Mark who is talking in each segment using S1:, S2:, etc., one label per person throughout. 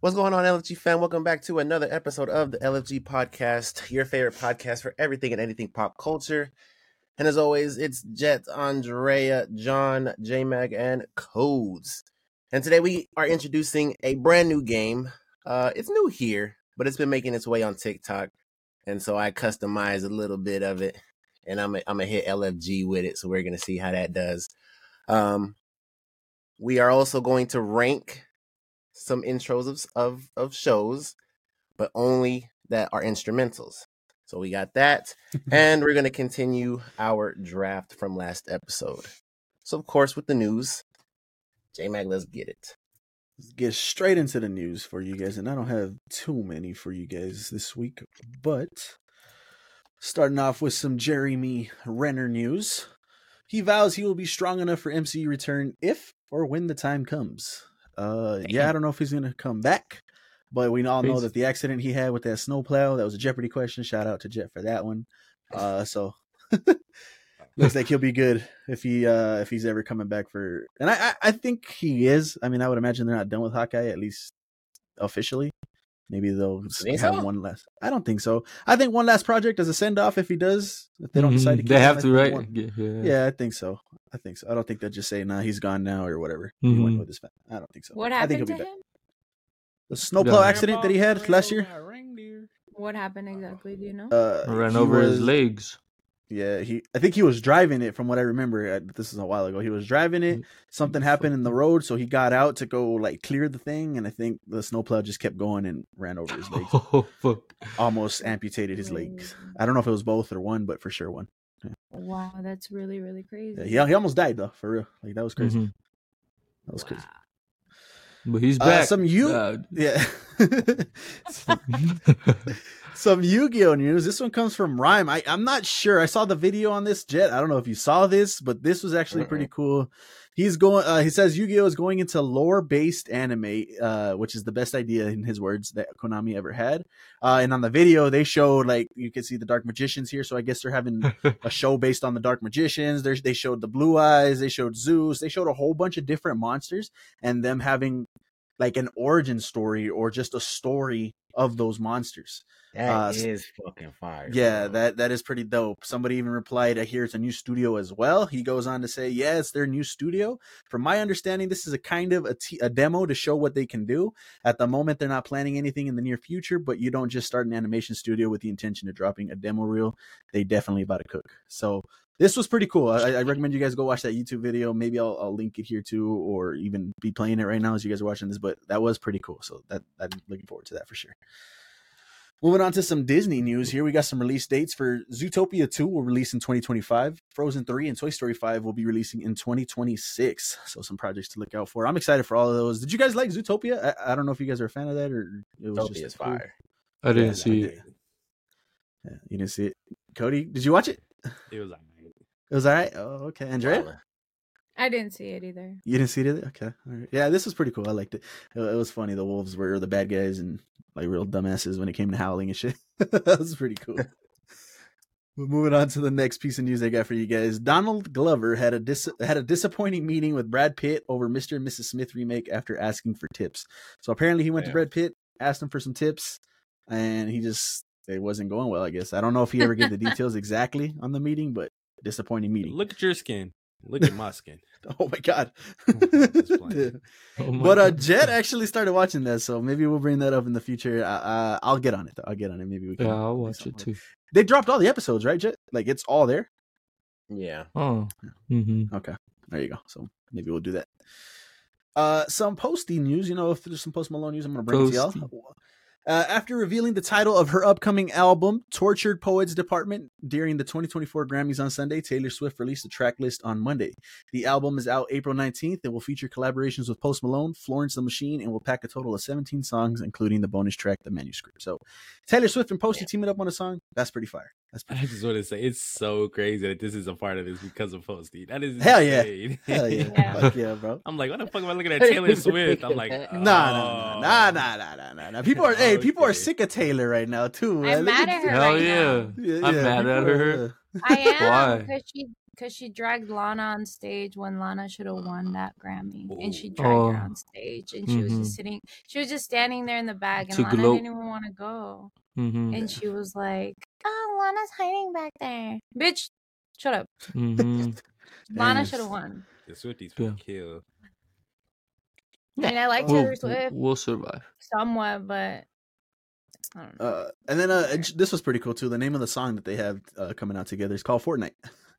S1: What's going on, LFG fam? Welcome back to another episode of the LFG podcast, your favorite podcast for everything and anything pop culture. And as always, it's Jet, Andrea, John, JMag, and Codes. And today we are introducing a brand new game. Uh, it's new here, but it's been making its way on TikTok. And so I customized a little bit of it, and I'm going to hit LFG with it. So we're going to see how that does. Um, we are also going to rank some intros of, of of shows, but only that are instrumentals. So we got that, and we're gonna continue our draft from last episode. So of course, with the news, J Mag, let's get it.
S2: Let's get straight into the news for you guys, and I don't have too many for you guys this week, but starting off with some Jeremy Renner news. He vows he will be strong enough for MCU return if or when the time comes. Uh, yeah, I don't know if he's gonna come back, but we all know
S3: Please.
S2: that the accident he had with that snowplow that was a Jeopardy question. Shout out to Jet for that one. Uh, so looks like he'll be good if he uh if he's ever coming back for. And I I, I think he is. I mean, I would imagine they're not done with Hawkeye at least officially. Maybe they'll
S1: think
S2: have
S1: so?
S2: one last. I don't think so. I think one last project as a send off if he does. If they don't decide to,
S3: Mhm,
S2: keep
S3: they
S2: him,
S3: have
S2: I
S3: to,
S2: think
S3: right?
S2: one-
S3: Yeah, yeah.
S2: yeah, I think so. I think so. I don't think they'll just say, "Nah, he's gone now" or whatever. He went
S3: Mhm.
S2: with his fa- I don't think so.
S4: What
S2: I think
S4: happened to
S2: he'll be
S4: him?
S2: back. The snowplow
S3: Yeah.
S2: accident that he had last year.
S4: What happened exactly? Do you know?
S2: Uh,
S3: Ran
S2: he
S3: over his
S2: was-
S3: legs.
S2: Yeah, he. I think he was driving it. From what I remember, I, this is a while ago. He was driving it.
S3: Mm-hmm.
S2: Something happened in the road, so he got out to go like clear the thing, and I think the snowplow just kept going and ran over his legs,
S3: Oh fuck!
S2: almost amputated his legs. I don't know if it was both or one, but for sure one.
S4: Wow, that's really really crazy.
S2: Yeah, he, he almost died though, for real. Like that was crazy.
S3: Mhm.
S2: That was crazy.
S3: Mm-hmm. But he's
S2: Uh,
S3: back.
S2: some you-
S3: God.
S2: Yeah. Some Yu-Gi-Oh news. This one comes from Rhyme. I, I'm not sure. I saw the video on this jet. I don't know if you saw this, but this was actually pretty cool. He's going. Uh, he says Yu-Gi-Oh is going into lore-based anime, uh, which is the best idea in his words that Konami ever had. Uh, and on the video, they showed like you can see the Dark Magicians here. So I guess they're having a show based on the Dark Magicians. There's, they showed the Blue Eyes. They showed Zeus. They showed a whole bunch of different monsters and them having like an origin story or just a story of those monsters. Uh,
S1: That is
S2: s-
S1: fucking fire.
S2: Yeah,
S1: bro.
S2: that that is pretty dope. Somebody even replied, "I hear it's a new studio as well." He goes on to say, "Yeah, it's their new studio. From my understanding, this is a kind of a, t- a demo to show what they can do. At the moment, they're not planning anything in the near future, but you don't just start an animation studio with the intention of dropping a demo reel. They definitely about to cook. So." This was pretty cool. I, I recommend you guys go watch that YouTube video. Maybe I'll, I'll link it here too, or even be playing it right now as you guys are watching this. But that was pretty cool. So that I'm looking forward to that for sure. Moving on to some Disney news here. We got some release dates for Zootopia 2 will release in 2025. Frozen 3 and Toy Story 5 will be releasing in 2026. So some projects to look out for. I'm excited for all of those. Did you guys like Zootopia? I, I don't know if you guys are a fan of that or it was
S1: Utopia
S2: just
S1: is
S2: a cool-
S1: fire.
S3: I didn't
S2: Yeah,
S3: see
S2: I
S3: it.
S2: did. Yeah, you didn't see it. Cody, did you watch it?
S5: It was like,
S2: It was all right. Oh, okay. Andrea?
S1: Wildin'.
S4: I didn't see it either.
S2: You didn't see it either? Okay. All right. Yeah, this was pretty cool. I liked it. It, it was funny. The wolves were the bad guys and like real dumbasses when it came to howling and shit. that was pretty cool. We're moving on to the next piece of news I got for you guys. Donald Glover had a dis- had a disappointing meeting with Brad Pitt over Mr. and Mrs. Smith remake after asking for tips. So apparently he went to
S1: Yeah.
S2: Brad Pitt, asked him for some tips, and he just it wasn't going well. I guess I don't know if he ever gave the details exactly on the meeting, but disappointing meeting.
S5: look at your skin. Look at my skin.
S2: Oh my god.
S5: Just playing.
S3: Oh my
S2: But uh,
S3: God.
S2: Jet actually started watching that, so maybe we'll bring that up in the future. Uh, Uh, I'll get on it. Though. I'll get on it. Maybe we can.
S3: Yeah, I'll
S2: do
S3: watch it
S2: something.
S3: too.
S2: They dropped all the episodes, right, Jet? Like it's all there.
S1: Yeah.
S3: Oh. Mm-hmm.
S2: Okay, there you go. So maybe we'll do that. Uh, some posty news. You know, if there's some Post Malone news, I'm gonna bring it to
S3: Posty.
S2: y'all. Uh, after revealing the title of her upcoming album, Tortured Poets Department, during the 2024 Grammys on Sunday, Taylor Swift released a track list on Monday. The album is out April 19th and will feature collaborations with Post Malone, Florence the Machine, and will pack a total of 17 songs, including the bonus track, The Manuscript. So Taylor Swift and Posty teaming up on a song, that's pretty fire. That's pretty
S5: I just want to say it's so crazy that this is a part of this because of Posty. That is
S2: Hell yeah.
S5: insane.
S2: Hell yeah.
S4: Yeah.
S2: Fuck yeah, bro.
S5: I'm like, what the fuck am I looking at Taylor Swift? I'm like, "Oh,
S1: Nah,
S2: Nah,
S3: Oh.
S2: nah, nah, nah, nah, nah, nah, nah. People are, hey, people are
S5: Okay.
S2: sick of Taylor right now too. man.
S4: I'm
S2: Look
S4: mad at her
S3: Hell
S4: right
S3: yeah.
S4: now.
S2: Yeah,
S3: I'm
S2: yeah,
S3: mad at
S2: people are,
S3: her.
S4: I am
S3: Why?
S4: because she because she dragged Lana on stage when Lana should have won that Grammy, and she
S5: Ooh.
S4: dragged her
S3: Oh.
S4: on stage, and she was
S3: Mhm.
S4: just sitting. She was just standing there in the back, and
S3: To
S4: Lana
S3: gloat.
S4: didn't even want to go,
S3: Mm-hmm.
S4: and she was like, "Oh, Lana's hiding back there, bitch." Shut up.
S3: Mm-hmm.
S4: Lana
S2: Dang.
S4: should have won.
S5: The Swifties
S3: Yeah.
S5: were killed.
S4: I mean, I like
S2: Well,
S4: Taylor Swift
S3: we'll survive.
S4: somewhat, but I don't know.
S2: Uh, and then uh, and sh- this was pretty cool too. The name of the song that they have uh, coming out together is called Fortnite.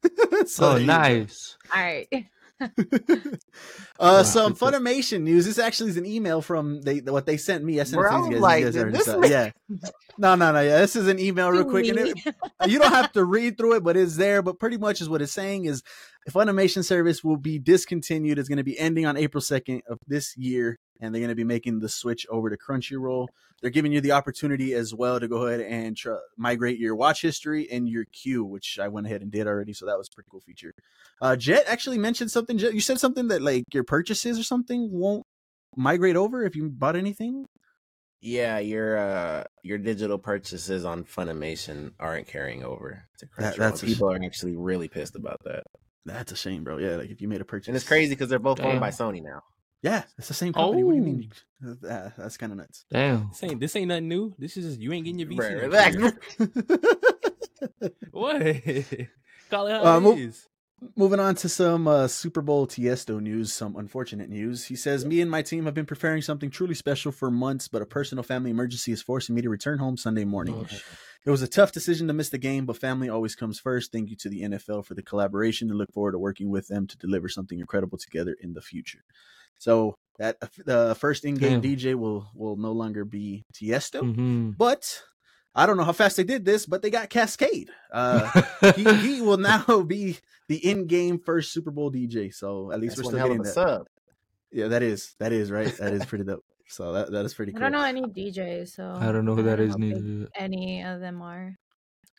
S2: So
S3: oh,
S2: there you go.
S3: nice.
S4: All right.
S2: uh, some Funimation news. This actually is an email from they what they sent me. I sent it
S1: Bro,
S2: to
S1: I
S2: you guys.
S1: was
S2: You
S1: like,
S2: guys
S1: did
S2: already
S1: this
S2: saw it.
S1: man-
S2: Yeah. No, no, no. Yeah, this is an email Oh, real quick, and it, you don't have to read through it, but it's there. But pretty much is what it's saying is Funimation service will be discontinued. It's going to be ending on April second of this year, and they're going to be making the switch over to Crunchyroll. They're giving you the opportunity as well to go ahead and tr- migrate your watch history and your queue, which I went ahead and did already. So that was a pretty cool feature. Uh, Jet actually mentioned something. Jet, you said something that like your purchases or something won't migrate over if you bought anything.
S1: Yeah, your uh your digital purchases on Funimation aren't carrying over to
S2: That-
S1: Crunchyroll.
S2: that's-
S1: People are actually really pissed about that,
S2: That's a shame, bro. Yeah, like if you made a purchase,
S1: and it's crazy because they're both
S3: Damn.
S1: owned by Sony now.
S2: Yeah, it's the same company. What do you
S3: Oh.
S2: mean? Uh, that's kind of nuts.
S3: Damn.
S5: This ain't this ain't nothing new. This is just you ain't getting your VC.
S1: Bruh,
S5: next
S1: relax.
S5: year. What? Call it how
S2: Um,
S5: it
S2: well-
S5: is.
S2: Moving on to some uh, Super Bowl Tiesto news, some unfortunate news. He says, Me and my team have been preparing something truly special for months, but a personal family emergency is forcing me to return home Sunday morning.
S3: Oh, sh-
S2: It was a tough decision to miss the game, but family always comes first. Thank you to the NFL for the collaboration and look forward to working with them to deliver something incredible together in the future. So that uh, the first in-game
S3: Damn.
S2: DJ will will no longer be Tiesto,
S3: Mhm.
S2: but I don't know how fast they did this, but they got Cascade. Uh, he, he will now be the in-game first Super Bowl DJ. So at
S1: That's
S2: least we're
S1: one
S2: still
S1: hell
S2: getting
S1: of a
S2: that.
S1: sub.
S2: Yeah, that is that is right. That is pretty dope. So that that is pretty
S4: I
S2: cool.
S4: don't know any DJs, so
S3: I don't know who that is
S4: how big
S3: neither.
S4: Any of them are.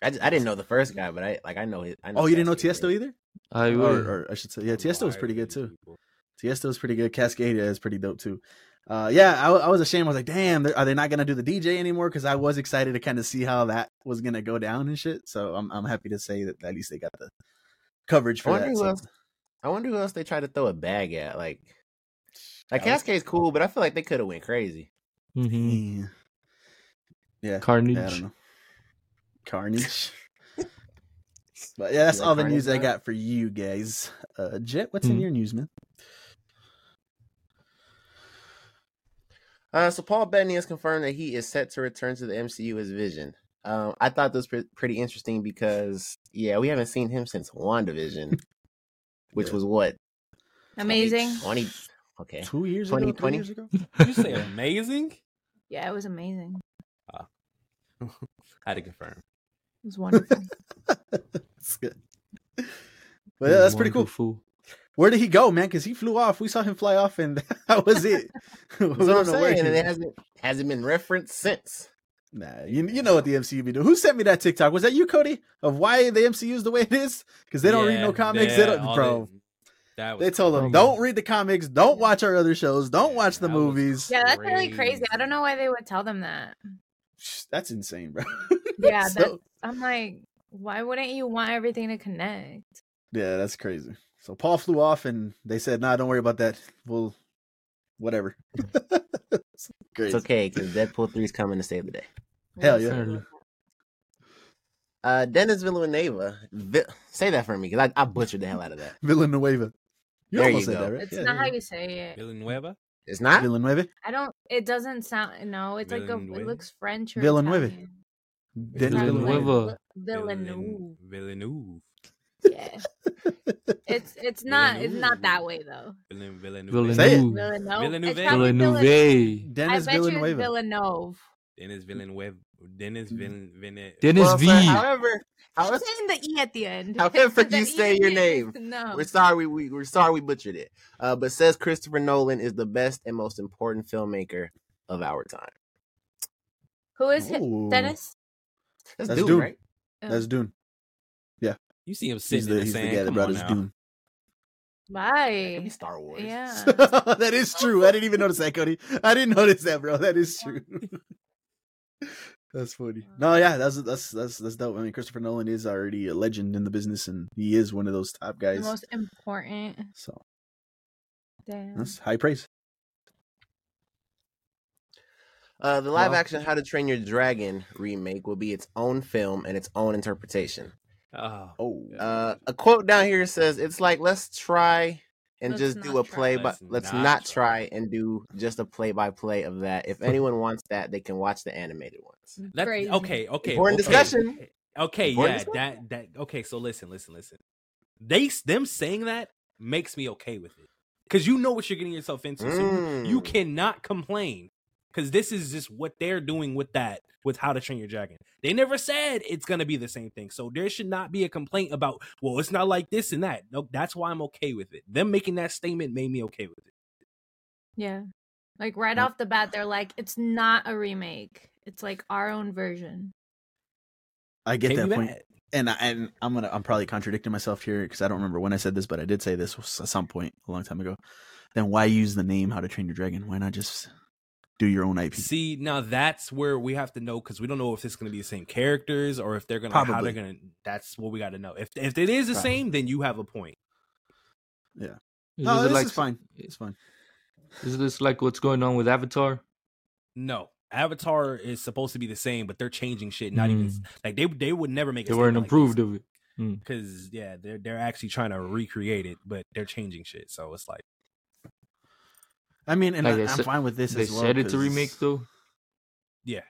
S1: I, just, I didn't know the first guy, but I like I know his. I know
S2: Oh, you didn't know
S1: Cascade.
S2: Tiesto either?
S3: I
S2: Or,
S3: will.
S2: or I should say, yeah, Tiesto was pretty good too.
S5: People.
S2: Tiesto is pretty good. Cascadia is pretty dope too. Uh, yeah, I, I was ashamed. I was like, damn, they're- are they not gonna do the DJ anymore? Because I was excited to kind of see how that was gonna go down and shit. So I'm I'm happy to say that at least they got the coverage
S1: I
S2: for
S1: wonder
S2: that.
S1: who
S2: So-
S1: else. I wonder who else they tried to throw a bag at. Like, like
S2: That was-
S1: Cascade's cool, but I feel like they could have went crazy.
S3: Mhm.
S2: Yeah. Mm. Yeah.
S3: Carnage.
S2: Yeah, I don't know. Carnage. but yeah, that's
S1: You like
S2: all the
S1: Carnage, Mm.
S2: news I
S1: Matt?
S2: got for you guys. Uh, Jet, what's in
S3: Mhm.
S2: your news, man?
S1: Uh, so Paul Bettany has confirmed that he is set to return to the MCU as Vision. Um, I thought this was pre- pretty interesting because yeah, we haven't seen him since WandaVision, which
S2: Yeah.
S1: was what
S4: Amazing.
S1: 20 okay.
S2: Two years ago, three
S1: 2020?
S2: years ago.
S5: You say amazing?
S4: Yeah, it was amazing. It
S5: I had to confirm.
S4: was wonderful.
S2: that's good. But yeah, that's pretty cool.
S3: Wonderful.
S2: Where did he go, man? Because he flew off. We saw him fly off, and that was it. We
S1: That's what I'm
S2: don't know where
S1: saying,
S2: he
S1: and it
S2: went.
S1: hasn't hasn't been referenced since.
S2: Nah, you, you know what the MCU be doing. Who sent me that TikTok? Was that you, Cody? Of why the MCU is the way it is? Because they don't read no
S5: Yeah,
S2: comics.
S5: yeah,
S2: they don't,
S5: all
S2: bro.
S5: That, that
S2: They
S5: was
S2: told
S5: crazy.
S2: them, don't read the comics, don't watch our other shows, don't
S5: Yeah,
S2: watch the
S5: that was
S2: movies.
S4: yeah, that's really crazy. I don't know why they would tell them that.
S2: That's insane, bro.
S4: Yeah,
S2: So-
S4: that's, I'm like, why wouldn't you want everything to connect?
S2: yeah, that's crazy. So Paul flew off and they said, nah, don't worry about that. We'll, whatever. It's
S1: It's
S2: crazy.
S1: okay because Deadpool three is coming to save the day.
S2: Hell
S4: Yes,
S2: yeah.
S4: I love
S1: Uh, Dennis Villanueva, Vi- say that for me because I, I butchered the hell out of that.
S2: Villanueva. You
S1: There
S2: almost
S1: you
S2: said
S1: go.
S2: that,
S4: that.
S2: right?
S4: It's
S2: Yeah,
S4: not
S2: yeah.
S4: how you say it.
S5: Villanueva?
S1: It's not.
S2: Villanueva?
S4: I don't. It doesn't sound. No, it's like a.
S5: Villeneuve?
S4: It looks French or
S2: Villeneuve.
S4: Italian.
S2: Dennis
S4: Not
S2: Villanueva.
S3: Villanueva.
S4: Villeneuve.
S5: Villeneuve.
S4: Yeah, it's it's not it's not that
S5: Villeneuve.
S4: way though.
S5: Villen-
S3: Villeneuve.
S5: Villeneuve.
S2: Say it.
S4: Villeneuve.
S5: Villeneuve.
S2: Dennis
S3: Villeneuve.
S4: It's probably Villeneuve. I bet you it's
S2: Villanueva.
S4: Villeneuve.
S5: Dennis
S2: Mm.
S5: Villeneuve. Dennis Villeneuve.
S3: Dennis
S1: Well,
S3: V.
S1: sir, however,
S4: I'm
S1: however,
S4: saying the e at the end.
S1: however
S4: The
S1: you
S4: E
S1: say
S4: at
S1: your
S4: the
S1: name,
S4: end is No.
S1: We're sorry we, we we're sorry we butchered it. Uh, but says Christopher Nolan is the best and most important filmmaker of our time.
S4: Who is it?
S2: Ooh.
S4: Dennis.
S1: That's,
S2: That's
S1: Dune,
S2: Dune.
S1: right?
S4: Oh,
S2: That's Dune.
S5: You see him
S2: He's
S5: sitting
S2: the,
S5: in the
S2: he's the
S5: sand.
S2: guy that
S5: Come
S2: brought
S5: on
S2: us
S5: now.
S2: Dune.
S1: It
S4: Bye.
S1: Star Wars.
S4: Yeah.
S2: that is true. I didn't even notice that, Cody. I didn't notice that, bro. That is true. That's funny.
S3: Uh,
S2: No, yeah, that's that's that's that's dope. I mean, Christopher Nolan is already a legend in the business, and he is one of those top
S4: The
S2: guys.
S4: most important.
S2: So
S4: Damn.
S2: that's high praise.
S1: Uh, the live
S2: Well-
S1: action How to Train Your Dragon remake will be its own film and its own interpretation.
S6: Oh,
S2: Oh,
S6: Yeah.
S1: Uh, a quote down here says, "It's like let's try and
S4: Let's
S1: just do
S4: not
S1: a
S4: try.
S1: play, but
S6: Let's
S1: let's
S6: not
S1: not try
S6: try.
S1: and do just a play by play of that. If anyone wants that, they can watch the animated ones."
S6: that,
S4: Crazy.
S6: okay, okay.
S1: Important
S6: okay.
S1: discussion.
S6: Okay,
S1: Important
S6: yeah, that that okay. So listen, listen, listen. They s- them saying that makes me okay with it because you know what you're getting yourself into. So you- you
S1: Mm.
S6: cannot complain because this is just what they're doing with that with how to train your dragon they never said it's going to be the same thing so there should not be a complaint about well it's not like this and that no that's why i'm okay with it them making that statement made me okay with it
S4: Yeah. Like right
S2: Yep.
S4: off the bat, they're like, it's not a remake. It's like our own version.
S2: I get
S6: Gave
S2: that
S6: me
S2: point.
S6: that.
S2: and I, and I'm gonna I'm probably contradicting myself here because I don't remember when I said this, but I did say this at some point a long time ago. Then why use the name How to Train Your Dragon? Why not just do your own IP?
S6: see now that's where we have to know because we don't know if it's going to be the same characters or if they're going to how
S2: Probably.
S6: they're going to that's what we got to know if, if it is the
S2: Probably.
S6: same then you have a point
S2: no,
S3: it
S2: this
S3: like
S2: is fine. It's fine.
S3: Is this like what's going on with Avatar?
S6: no avatar is supposed to be the same but they're changing shit not even
S3: Mm.
S6: like they they would never make a
S3: They weren't
S6: statement like this.
S3: approved of it.
S6: because yeah, they're they're actually trying to recreate it, but they're changing shit. So it's like
S2: I mean, and
S3: Like
S2: I,
S3: they
S2: am
S3: said-
S2: fine with this
S3: they
S2: as well.
S3: said it's a
S2: 'cause-
S3: remake though.
S6: Yeah.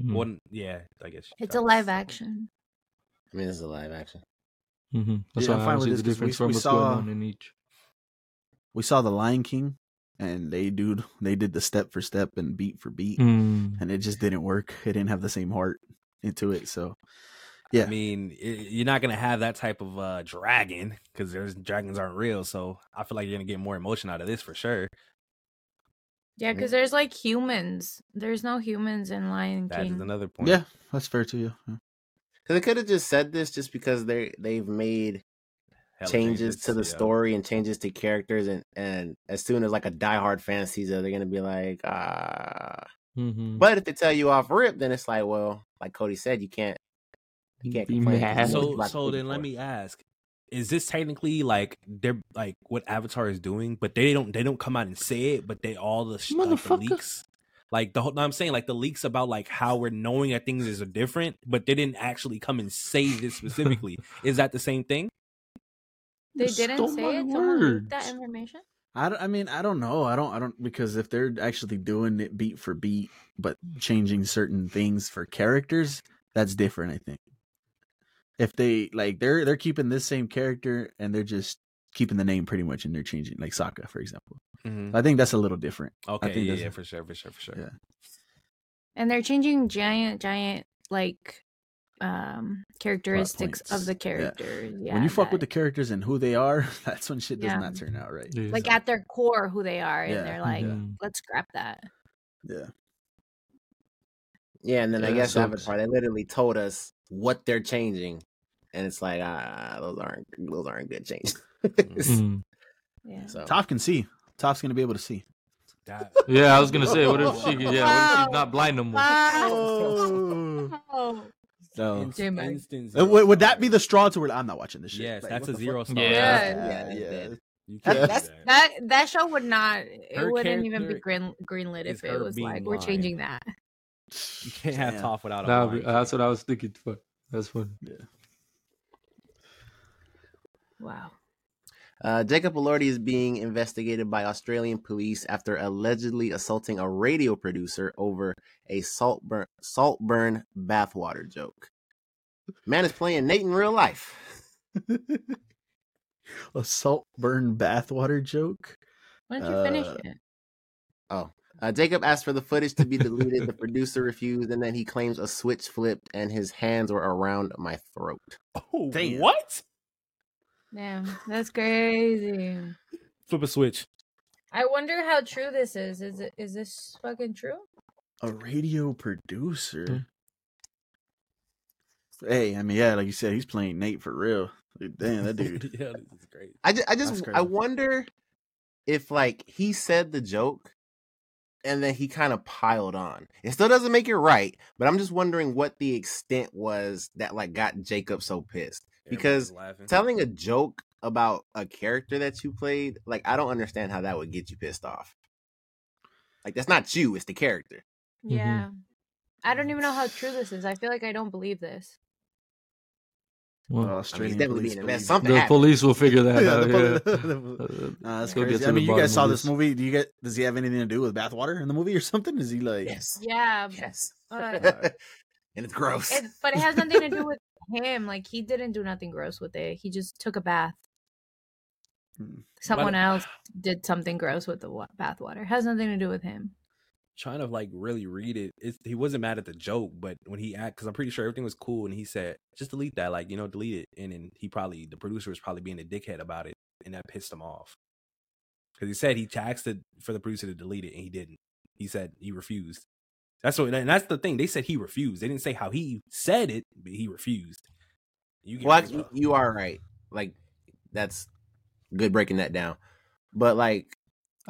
S2: Hmm.
S3: Mm.
S6: one, yeah, I guess
S4: It's a live
S6: that's-
S4: action.
S1: I mean, this is a live action.
S3: Mhm. That's
S2: Yeah,
S3: why
S2: I'm
S3: I
S2: fine
S3: don't
S2: with
S3: see
S2: this
S3: the
S2: 'cause we-
S3: difference from
S2: we
S3: what's
S2: saw-
S3: going on in each.
S2: We saw the Lion King, and they dude they did the step for step and beat for beat,
S3: Mm.
S2: and it just didn't work. It didn't have the same heart into it. So Yeah.
S6: I mean, i you're not gonna have that type of uh dragon because there's dragons aren't real. So I feel like you're gonna get more emotion out of this for sure.
S4: Yeah, because there's like humans. There's no humans in Lion
S6: That is
S4: King.
S6: another point.
S2: yeah, that's fair to you. Yeah.
S1: Because they could have just said this just because they they've made
S6: Hella
S1: changes to the
S6: yeah.
S1: story and changes to characters, and and as soon as like a diehard fan sees it, they're gonna be like, ah.
S6: Mm.
S3: Mhm.
S1: But if they tell you off rip, then it's like, well, like Cody said, you can't you can't
S3: Be
S1: complain.
S3: mad.
S1: What you
S6: So
S1: like
S6: so then let
S1: before.
S6: me ask. Is this technically like they're like what Avatar is doing, but they don't they don't come out and say it, but they all the, sh- like, the
S3: Motherfucker.
S6: leaks, like the whole no, I'm saying like the leaks about like how we're knowing that things is different, but they didn't actually come and say this specifically. is that the same thing?
S4: They
S3: You stole
S4: didn't say
S3: my
S4: it. Someone leaked that
S3: words.
S4: information.
S2: I, don't- I mean I don't know I don't I don't because if they're actually doing it beat for beat but changing certain things for characters that's different I think if they like they're they're keeping this same character and they're just keeping the name pretty much and they're changing like Sokka for example
S6: Mm-hmm.
S2: I think that's a little different
S6: Okay,
S2: think
S6: yeah,
S2: that's-
S6: yeah, for sure, for sure, for sure.
S2: Yeah.
S4: And they're changing giant, giant like um characteristics
S2: points.
S4: of the
S2: Yeah.
S4: characters. Yeah.
S2: when you fuck with the
S4: that-
S2: characters and who they are that's when shit does
S4: Yeah.
S2: not turn out right
S3: Yeah.
S4: like at their core who they are
S2: Yeah,
S4: and they're like,
S3: yeah. Mm-hmm.
S4: let's scrap that.
S2: yeah
S1: Yeah, and then I
S2: Yeah,
S1: guess
S2: so-
S1: Avatar they literally told us what they're changing, and it's like ah, those aren't those aren't good changes.
S3: Mm.
S4: Yeah.
S1: so
S2: Toph can see Toph's gonna be able to see
S6: That-
S3: Yeah, I was gonna say, what if she? Yeah, what if
S4: Wow.
S3: she's not blind no more?
S1: Oh.
S4: Oh.
S2: so
S6: Inst-
S4: Damn it.
S6: instant
S2: Uh,
S6: zero
S2: would, would that be the
S6: stars.
S2: straw to where I'm not watching this shit
S6: Yes,
S2: Like,
S6: that's
S2: what
S6: a
S2: the
S6: zero
S2: fuck?
S6: star.
S4: Yeah.
S2: yeah,
S1: Yeah,
S2: yeah.
S6: You
S2: That-
S6: can't do
S1: that's-
S6: that.
S4: That that show would not
S6: Her
S4: it wouldn't even be
S6: character
S4: green greenlit
S6: is
S4: if it
S6: her
S4: was
S6: being
S4: like we're
S6: lying.
S4: changing that.
S6: You can't have
S2: Yeah.
S6: Toph without a
S3: Nah,
S6: line.
S3: that's what I was thinking. Fuck, that's funny.
S4: Wow.
S1: Uh, Jacob Elordi is being investigated by Australian police after allegedly assaulting a radio producer over a Saltburn Saltburn bathwater joke. Man is playing Nate in real life.
S2: a saltburn bathwater joke.
S4: Why don't you finish
S2: Uh,
S4: it?
S1: Uh, Jacob asked for the footage to be deleted. the producer refused, and then he claims a switch flipped and his hands were around my throat.
S6: Oh,
S2: Damn.
S6: what?
S4: Damn, that's crazy.
S6: Flip a switch.
S4: I wonder how true this is. Is it is this fucking true?
S2: A radio producer. Hey, I mean, yeah, like you said, he's playing Nate for real. Like, damn, that dude.
S6: yeah, this is great.
S1: I just, I
S2: That's
S1: just
S2: crazy.
S1: I wonder if like he said the joke and then he kind of piled on. It still doesn't make it right, but I'm just wondering what the extent was that like got Jacob so pissed. Because
S5: laughing.
S1: Telling a joke about a character that you played, like I don't understand how that would get you pissed off. Like that's not you, it's the character.
S4: Yeah. I don't even know how true this is. I feel like I don't believe this. Oh,
S3: Well,
S1: I mean, it's definitely being a mess. Something
S3: the
S1: happened.
S3: police will figure that
S2: Yeah,
S3: out.
S2: the
S3: yeah.
S2: poli-
S3: Uh,
S2: Nah, that's
S3: They'll get
S2: crazy.
S3: to
S2: I
S3: the
S2: mean, you
S3: bottom
S2: guys
S3: of
S2: saw this movie. Do you get? Does he have anything to do with bathwater in the movie or something? Is he like?
S1: Yes.
S4: Yeah.
S1: Yes.
S4: Uh,
S1: and it's gross.
S4: it, but it has nothing to do with him. Like he didn't do nothing gross with it. He just took a bath.
S2: Hmm.
S4: Someone
S5: But-
S4: else did something gross with the wa- bathwater. Has nothing to do with him.
S5: trying to like really read it. It's, he wasn't mad at the joke, but when he act, because I'm pretty sure everything was cool, and he said, "Just delete that," like you know, delete it. And then he probably the producer was probably being a dickhead about it, and that pissed him off. Because he said he asked it for the producer to delete it, and he didn't. He said he refused. That's what, and that's the thing. They said he refused. They didn't say how he said it, but he refused. You get
S1: well,
S5: pissed
S1: actually,
S5: off.
S1: you are right. Like that's good breaking that down. But like,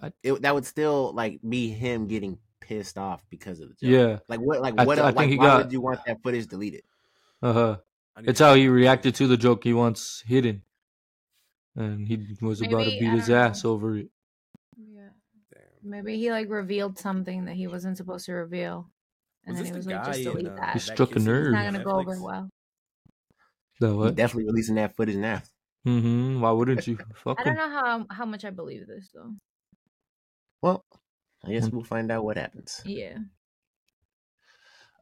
S3: I-
S1: it, that would still like be him getting pissed off because of the joke.
S3: yeah.
S1: Like what? Like
S3: I
S1: what?
S3: th- I
S1: else- like,
S3: think he
S1: why
S3: got-
S1: would you want that footage deleted?
S3: Uh huh.
S5: I need
S3: It's
S5: to-
S3: how he reacted to the joke he wants hidden, and he was about to
S4: Maybe,
S3: beat
S4: I
S3: his
S4: don't know.
S3: ass over it.
S4: Yeah.
S5: Damn.
S4: Maybe he like revealed something that he wasn't supposed to reveal. And
S5: Was
S4: then he
S5: this
S4: was
S5: the
S4: like,
S5: guy
S4: just
S5: in,
S4: delete
S5: uh,
S4: that.
S3: He
S5: That
S4: It's
S3: struck a
S5: Kid City?
S3: nerve.
S4: not gonna go over
S5: Netflix.
S4: well.
S3: That
S1: He's
S3: what?
S1: definitely releasing that footage now.
S3: Mm-hmm. Why wouldn't you? Fuck
S4: I
S3: him.
S4: don't know how how much I believe this though.
S1: Well, I guess
S3: Mm.
S1: we'll find out what happens.
S4: Yeah.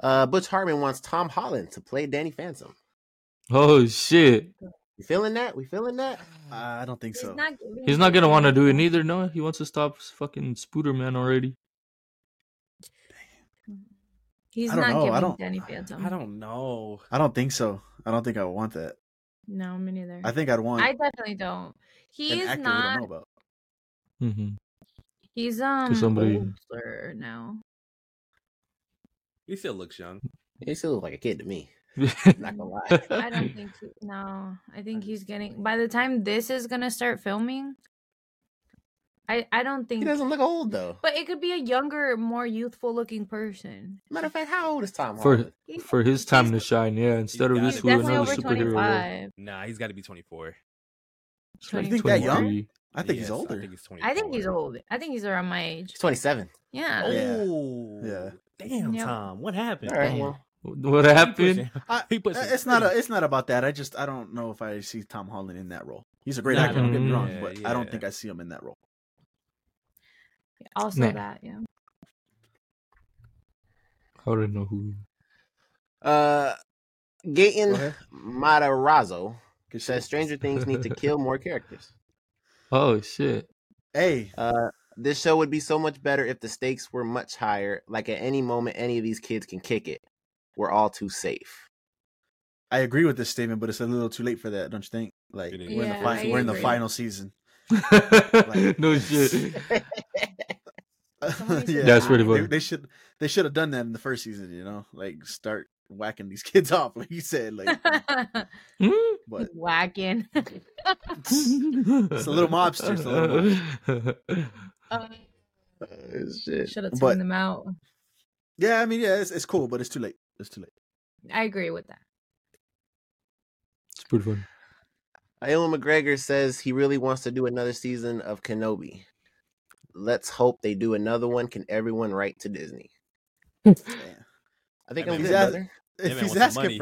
S1: Uh, Butch Hartman wants Tom Holland to play Danny Phantom.
S3: Oh shit!
S1: You feeling that? We feeling that?
S2: "Ah, I don't think so.
S4: giving
S3: He's
S4: it
S3: not gonna
S4: to
S3: want to do it
S4: him.
S3: neither. No, he wants to stop fucking Spooderman already.
S4: He's
S2: I don't
S4: not
S2: know. I
S4: giving it
S2: don't-
S4: to any Phantom.
S5: I don't know.
S2: I don't think so. I don't think I would want that.
S4: No, me neither.
S2: I think I'd want
S4: I definitely don't.
S2: an
S4: He's
S2: actor we don't
S4: not.
S2: know about.
S3: Mm-hmm.
S4: He's um
S3: somebody-
S4: older now.
S5: He still looks young.
S1: He still look like a kid to me.
S3: Mm-hmm.
S1: Not gonna lie.
S4: I don't think. He, no, I think he's getting. By the time this is gonna start filming, I I don't
S1: He
S4: think.
S1: doesn't look old though.
S4: But it could be a younger, more youthful looking person.
S1: Matter of fact, how old is Tom
S3: For-
S1: Holland?
S4: He's,
S3: for his time to shine. Yeah, instead of
S5: got
S3: this,
S4: he's
S5: it.
S3: who
S4: definitely
S3: another
S4: over
S3: superhero. was.
S4: 25.
S5: Nah, he's got to be 24.
S2: You think that young?
S3: 23.
S2: I think he's
S5: Yes,
S2: older.
S5: I think he's 24.
S4: I think he's old. I think he's around my age.
S1: He's twenty seven.
S4: Yeah.
S2: Yeah.
S5: Oh,
S2: Yeah.
S5: Damn,
S4: Yep.
S5: Tom, what happened?
S1: All right.
S3: Damn.
S1: Well,
S3: What
S5: He
S3: happened?
S5: pushing-
S2: I-
S5: he pushing
S2: Uh, It's not. A,
S5: thirty.
S2: it's not about that. I just. I don't know if I see Tom Holland in that role. He's a great
S5: Nah,
S2: actor. Don't get me
S3: mm,
S2: wrong,
S5: yeah,
S2: but I don't
S5: yeah.
S2: think I see him in that role.
S4: Also
S3: Nah.
S4: that. Yeah.
S3: I don't know who.
S1: uh,
S2: Go
S1: Gaten
S2: ahead.
S1: Matarazzo
S2: Good shit.
S1: says Stranger Things need to kill more characters.
S3: Oh shit!
S2: Hey,
S1: Uh, this show would be so much better if the stakes were much higher. Like at any moment, any of these kids can kick it. We're all too safe.
S2: I agree with this statement, but it's a little too late for that, don't you think? Like
S5: It
S2: we're
S5: is.
S2: in the
S4: Yeah,
S2: fi-
S4: I
S2: we're in the
S4: agree.
S2: final season.
S3: no shit.
S4: Somebody
S2: yeah,
S4: said
S3: That's
S4: that.
S3: pretty
S2: they,
S3: funny.
S2: they should they should have done that in the first season. You know, like start whacking these kids off, like you said. Like,
S3: Hmm?
S2: but
S4: Whacking.
S2: a little mobster, it's a little
S1: shit.
S4: Should have tuned
S2: But-
S4: them out.
S2: yeah, I mean, yeah, it's, it's cool, but it's too late. It's too late.
S4: I agree with that.
S3: it's pretty funny.
S1: Ewan McGregor says he really wants to do another season of Kenobi. Let's hope they do another one. Can everyone write to Disney?
S2: Yeah.
S1: I think
S5: I mean,
S1: I'm good,
S2: that-
S1: brother.
S5: That
S2: if
S5: man
S2: he's
S5: wants
S2: asking
S5: some money.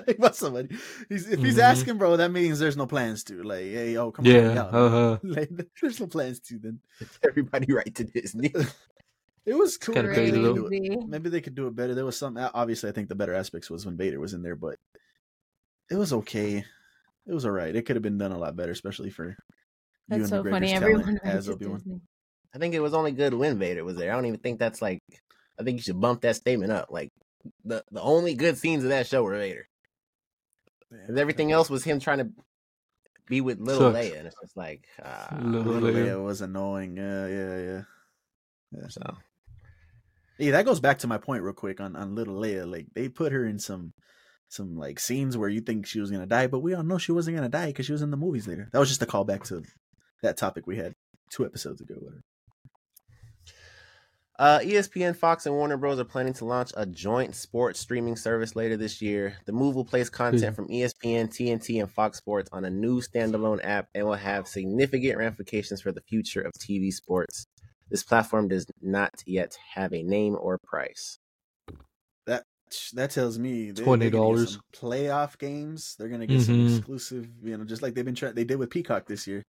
S2: for he wants some money. He's, if he's
S3: Mhm.
S2: asking, bro, that means there's no plans to. Like, hey, yo, come on,
S3: Yeah.
S2: y'all.
S3: Uh-huh.
S2: like, there's no plans to. Then
S1: Everybody write to Disney.
S2: it was cool.
S3: kinda
S2: Maybe
S3: crazy,
S2: they could
S3: though.
S2: do it.
S4: Crazy.
S2: Maybe they could do it better. There was some. Obviously, I think the better aspects was when Vader was in there, but it was okay. It was all right. It could have been done a lot better, especially for you
S4: That's
S2: and
S4: so funny. Everyone
S2: talent as
S4: writes
S2: Obi Wan.
S4: Disney.
S1: I think it was only good when Vader was there. I don't even think that's like. I think you should bump that statement up. Like the the only good scenes of that show were Vader. 'Cause everything else was him trying to be with little
S3: Sucks.
S1: Leia, and it's just like ah.
S3: Little
S2: Little
S3: Leia.
S2: Leia was annoying. Yeah, yeah, yeah.
S1: So
S2: Yeah, that goes back to my point real quick on on little Leia. Like they put her in some some like scenes where you think she was gonna die, but we all know she wasn't gonna die because she was in the movies later. That was just a callback to that topic we had two episodes ago. Whatever.
S1: Uh, ESPN, Fox, and Warner Bros. are planning to launch a joint sports streaming service later this year. The move will place content from E ESPN, TNT, and Fox Sports on a new standalone app and will have significant ramifications for the future of TV sports. This platform does not yet have a name or price.
S2: That that tells me they- they're gonna get
S3: $20.
S2: some playoff games. They're gonna get some
S3: Mhm.
S2: exclusive, you know, just like they've been trying. They did with Peacock this year,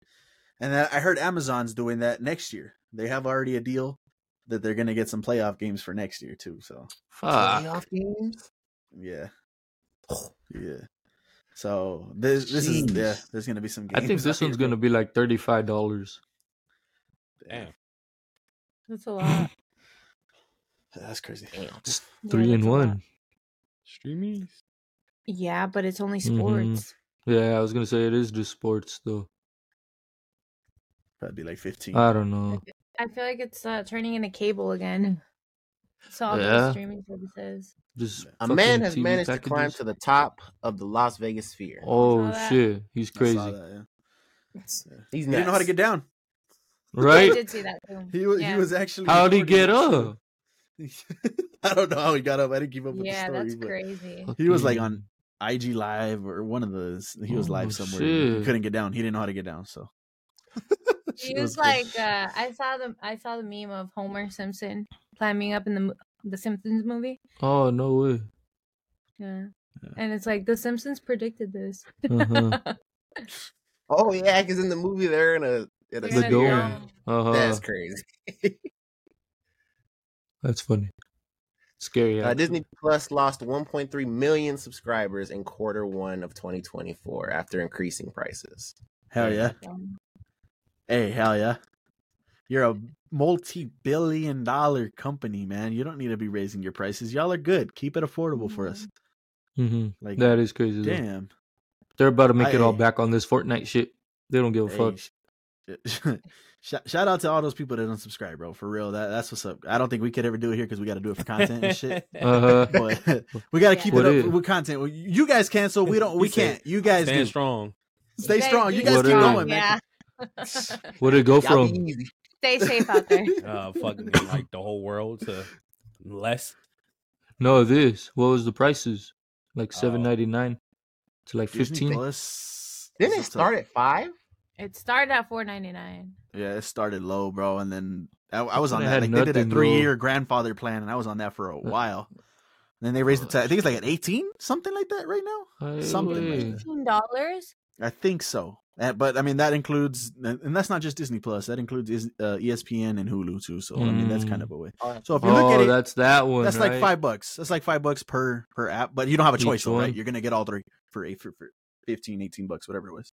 S2: and that, I heard Amazon's doing that next year. They have already a deal that they're gonna get some playoff games for next year too. So
S3: Fuck.
S1: Playoff games?
S2: yeah, yeah. So this this is
S1: Jeez.
S2: yeah. There's gonna be some.
S3: I
S2: Games
S3: think this
S2: out
S3: one's
S2: here,
S3: gonna be like thirty-five dollars.
S2: bro.
S5: Damn.
S4: That's a
S2: Mm-hmm.
S4: lot.
S2: That's crazy.
S4: Yeah,
S3: Three in
S4: that's a lot.
S3: one.
S5: Streaming.
S4: Yeah, but it's only
S2: Mm-hmm.
S3: Mhm.
S4: sports.
S3: Yeah, I was gonna say it is just sports though.
S2: Probably like fifteen.
S3: I don't know.
S4: I feel like it's uh, turning into cable again. So all
S3: Yeah.
S4: those streaming services.
S3: Just
S1: A
S3: fucking
S1: man has
S3: TV
S1: managed to
S3: packages.
S1: climb to the top of the Las Vegas sphere.
S3: Oh
S4: Saw that.
S3: shit, he's
S2: I saw
S3: crazy,
S2: that, yeah.
S1: He's
S2: He didn't know how to get down.
S4: I
S3: right?
S4: did see that too.
S2: He was,
S4: Yeah.
S2: he was actually.
S3: How'd he
S2: recording
S3: get
S2: that shit.
S3: up?
S2: I don't know how he got up. I didn't keep up with
S4: yeah,
S2: the story.
S4: that's
S2: but
S4: crazy.
S2: He was like
S3: Fucking-
S2: on IG Live or one of the. He was
S3: Oh,
S2: live somewhere. and He
S3: shit.
S2: couldn't get down. He didn't know how to get down. So
S4: He
S2: Shit
S4: was
S2: good.
S4: like, uh, I saw the I saw the meme of Homer Simpson climbing up in the mo- the Simpsons movie.
S3: Oh no way.
S4: Yeah.
S2: Yeah.
S4: And it's like the Simpsons predicted this.
S3: Uh-huh.
S1: Oh yeah, because in the movie they're in a in a
S4: They're in a
S1: sphere.
S4: dome.
S3: Uh huh.
S1: That's crazy.
S3: That's funny. Scary.
S1: Uh,
S3: actually.
S1: Disney Plus lost 1.3 million subscribers in quarter one of 2024 after increasing prices.
S2: hell yeah,
S4: Um,
S2: hey hell yeah, you're a multi-billion dollar company, man. You don't need to be raising your prices. Y'all are good. Keep it affordable for us.
S4: Mm-hmm.
S3: Mhm.
S2: Like
S3: That is crazy. though.
S2: damn.
S3: They're about to make it all
S2: I-
S3: back on this Fortnite shit. They don't give a fuck.
S2: Hey, sh- shout, shout out to all those people that don't subscribe, bro. For real, that that's what's up. I don't think we could ever do it here because we got to do it for content and shit.
S3: Uh huh.
S2: But we got to keep
S3: What
S2: it up
S3: is?
S2: with content. You guys cancel. We don't.
S5: He
S2: We
S5: said,
S2: can't. You guys
S5: Stand
S2: do.
S5: strong.
S2: Stay strong. You guys
S3: What
S2: keep
S3: is?
S2: going, man.
S4: Yeah.
S3: Where'd it
S1: Y'all
S3: go
S1: be
S3: from?
S1: easy.
S4: Stay safe out there.
S2: Oh,
S5: Uh, fucking like the whole world to less.
S3: No, this. What was the prices? Like
S5: Oh.
S3: seven ninety nine to like
S2: Disney
S3: fifteen.
S2: Plus.
S1: Didn't it
S2: is up to-
S1: start at five?
S4: It started at four ninety nine.
S2: Yeah, it started low, bro, and then I, I was
S3: They
S2: on that.
S3: had
S2: Like they did a
S3: nothing, Uh, bro.
S2: three-year grandfather plan, and I was on that for a while. And then they raised it to I think it's like at eighteen, something like that, right now.
S3: Hey,
S2: Something like
S3: wait.
S2: that.
S4: Fifteen dollars?
S2: I think so. Uh, But I mean, that includes, and and that's not just Disney Plus. That includes Dis- uh, ESPN and Hulu too. So I mean, that's kind
S3: Mm.
S2: of a way.
S1: Oh,
S2: So if you look
S3: Oh,
S2: at it, that's,
S3: that's that one.
S2: like
S3: right?
S2: five bucks. That's like five bucks per per app. But you don't have a
S3: Each
S2: choice, though, right?
S3: one.
S2: You're gonna get all three for eight for, for 15, 18 bucks, whatever it was.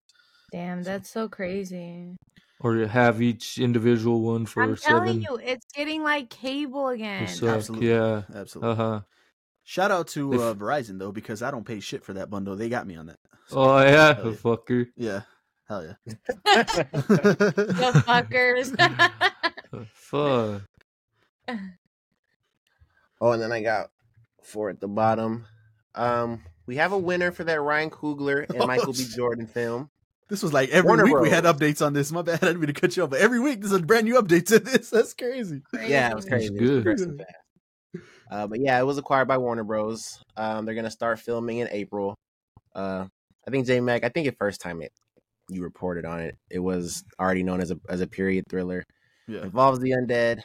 S4: Damn, that's so crazy.
S3: Or you have each individual one for
S4: I'm
S3: seven.
S4: telling you, it's getting like cable again.
S3: suck.
S2: Absolutely.
S3: yeah.
S2: Absolutely.
S3: Uh huh.
S2: Shout out to
S3: If-
S2: uh, Verizon though, because I don't pay shit for that bundle. They got me on that.
S3: Oh yeah,
S2: Hell yeah.
S3: fucker.
S2: Yeah. Hell yeah.
S4: the fuckers.
S3: Uh, Fuck.
S1: Oh, and then I got four at the bottom. Um, we have a winner for that Ryan Coogler and
S2: Oh,
S1: Michael B.
S2: shit.
S1: Jordan film.
S2: This was like every
S1: Warner
S2: week we had
S1: Bros.
S2: updates on this. My bad, I didn't mean to cut you off, but every week there's a brand new update to this. That's crazy.
S1: Yeah, it was crazy. It was
S3: good.
S1: progressing fast. Uh, but yeah, it was acquired by Warner Bros. Um, they're gonna start filming in April. Uh, I think J Mac. I think at first time it you reported on it, it was already known as a as a period thriller.
S2: Yeah.
S1: Involves the undead,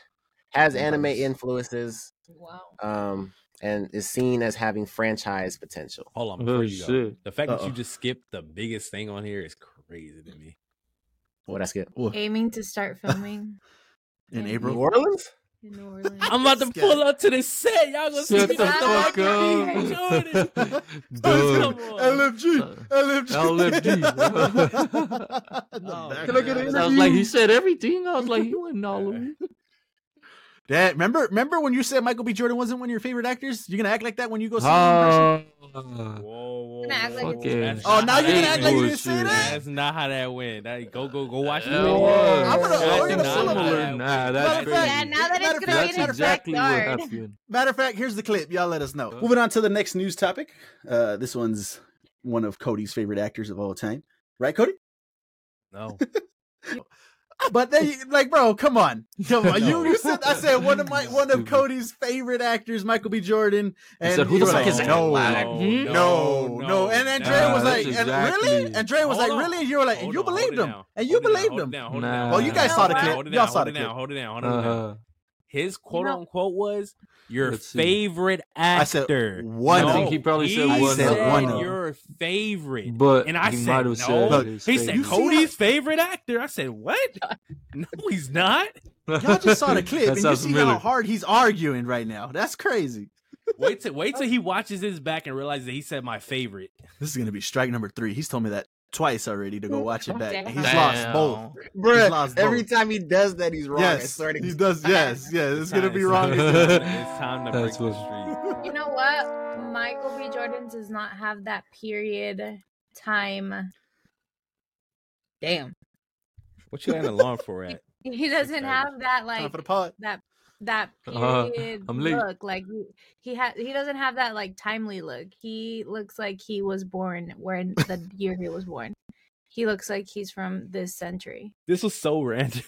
S1: has anime
S2: Vampires.
S1: influences,
S4: Wow.
S1: um, and is seen as having franchise potential.
S5: Hold on,
S3: Oh,
S5: before you go.
S3: shit.
S5: The fact that
S2: Uh-oh.
S5: you just skipped the biggest thing on here is crazy to me.
S1: What I skip?
S2: Well,
S4: Aiming to start filming
S2: in
S4: Yeah.
S1: New
S2: April.
S1: Orleans?
S4: in New Orleans.
S5: I'm about to pull up to the set. Y'all gonna see me
S3: Shut the
S5: with
S3: fuck
S5: Michael B. Jordan.
S3: up,
S5: Oh,
S3: dude.
S5: come on.
S3: Uh,
S2: LFG. LFG.
S3: LFG.
S5: Oh,
S2: Can I get an
S5: man.
S3: I was like, he said everything. I was like, he went all of it.
S2: That remember remember when you said Michael B. Jordan wasn't one of your favorite actors? You're gonna act like that when you go see him in person?
S3: Oh,
S5: Whoa, whoa,
S4: Gonna act like
S5: whoa.
S3: it's-
S5: That's
S3: Oh,
S5: not
S2: now
S5: how
S2: you're gonna
S5: that
S2: act like you
S5: went.
S2: didn't say that?
S5: That's not how that went. That- go, go, go watch the
S3: Yeah,
S5: video.
S3: it
S2: I'm gonna-
S3: was.
S2: I'm
S3: That's
S2: gonna
S3: not
S2: pull up
S3: how
S2: that.
S3: that- Nah,
S2: Matter
S3: that's
S2: of fact-
S4: Yeah,
S3: crazy.
S4: now that
S2: Matter
S4: it's
S2: of
S4: gonna be
S2: fact-
S4: in
S3: That's
S4: his
S3: exactly what
S4: backyard.
S3: happened.
S2: Matter of fact, here's the clip. Y'all let us know.
S3: Huh?
S2: Moving on to the next news topic. Uh, this one's one of Cody's favorite actors of all time. Right, Cody?
S5: No.
S2: Ah, But they like, bro, come on, come on. You,
S3: No.
S2: you said I said one of my one of
S3: Stupid.
S2: Cody's favorite actors, Michael B. Jordan,
S3: I
S2: and
S3: said, "Who
S2: you
S3: the
S2: were
S3: fuck
S2: like,
S3: is that
S2: No,
S3: black?
S2: no,
S3: Hmm?
S2: no, no. And Andrea
S3: Nah,
S2: was like,
S3: that's
S2: and really?
S3: exactly-
S2: Andrea was
S6: Hold
S2: like,
S6: on.
S2: really? And you were like, and
S6: Hold
S2: you
S6: on, hold
S2: believed
S6: it
S2: him,
S6: down,
S2: and
S6: hold
S2: you
S6: it down,
S2: believed
S6: hold it
S2: him.
S6: down, hold it down,
S3: Nah.
S6: hold
S3: Well,
S6: it
S3: you
S6: down,
S3: guys saw the
S6: hold it
S2: clip.
S6: down, hold it
S2: Y'all saw
S6: down, hold
S2: the
S6: it down,
S2: clip.
S6: Hold it down. Hold it down.
S3: Uh,
S6: His quote
S4: No.
S6: unquote was your
S3: Let's see.
S6: favorite
S2: I said,
S6: actor.
S2: one.
S3: I think he probably said
S2: one
S6: said
S2: of them.
S6: your favorite.
S3: but
S6: And I
S3: he
S6: said
S3: might have
S6: no.
S3: said
S2: Look,
S3: his
S6: He
S3: favorite.
S6: said
S2: You see how-
S6: Cody's favorite actor. I said, what? No, he's not.
S2: Y'all just saw the clip,
S3: That
S2: and you
S3: sounds
S2: see how
S3: familiar.
S2: hard he's arguing right now. That's crazy.
S6: Wait till wait till he watches this back and realizes that he said my favorite.
S2: This is gonna be strike number three. He's told me that twice already to go watch it back.
S4: Mm, Damn.
S2: He's
S3: Damn.
S2: lost both. He's
S1: Bruh,
S2: lost
S1: every
S2: both.
S1: time he does that, he's wrong. I
S2: yes,
S1: swear to
S2: he does. Yes, yes. It's gonna
S6: time-
S2: be
S6: it's
S2: wrong.
S6: time-
S3: as
S6: It's
S3: hell.
S6: time to break
S3: That's
S6: the
S3: what-
S6: streak.
S4: You know what? Michael B. Jordan does not have that period time. Damn.
S6: What you had an alarm for at?
S4: He doesn't
S6: thirty.
S4: have that
S2: Time
S4: like
S2: for the pod.
S4: that that
S3: Uh,
S4: period
S3: I'm late.
S4: look. Like you- he ha- he doesn't have that like timely look. He looks like he was born when the year he was born. He looks like he's from this century.
S6: This was so random.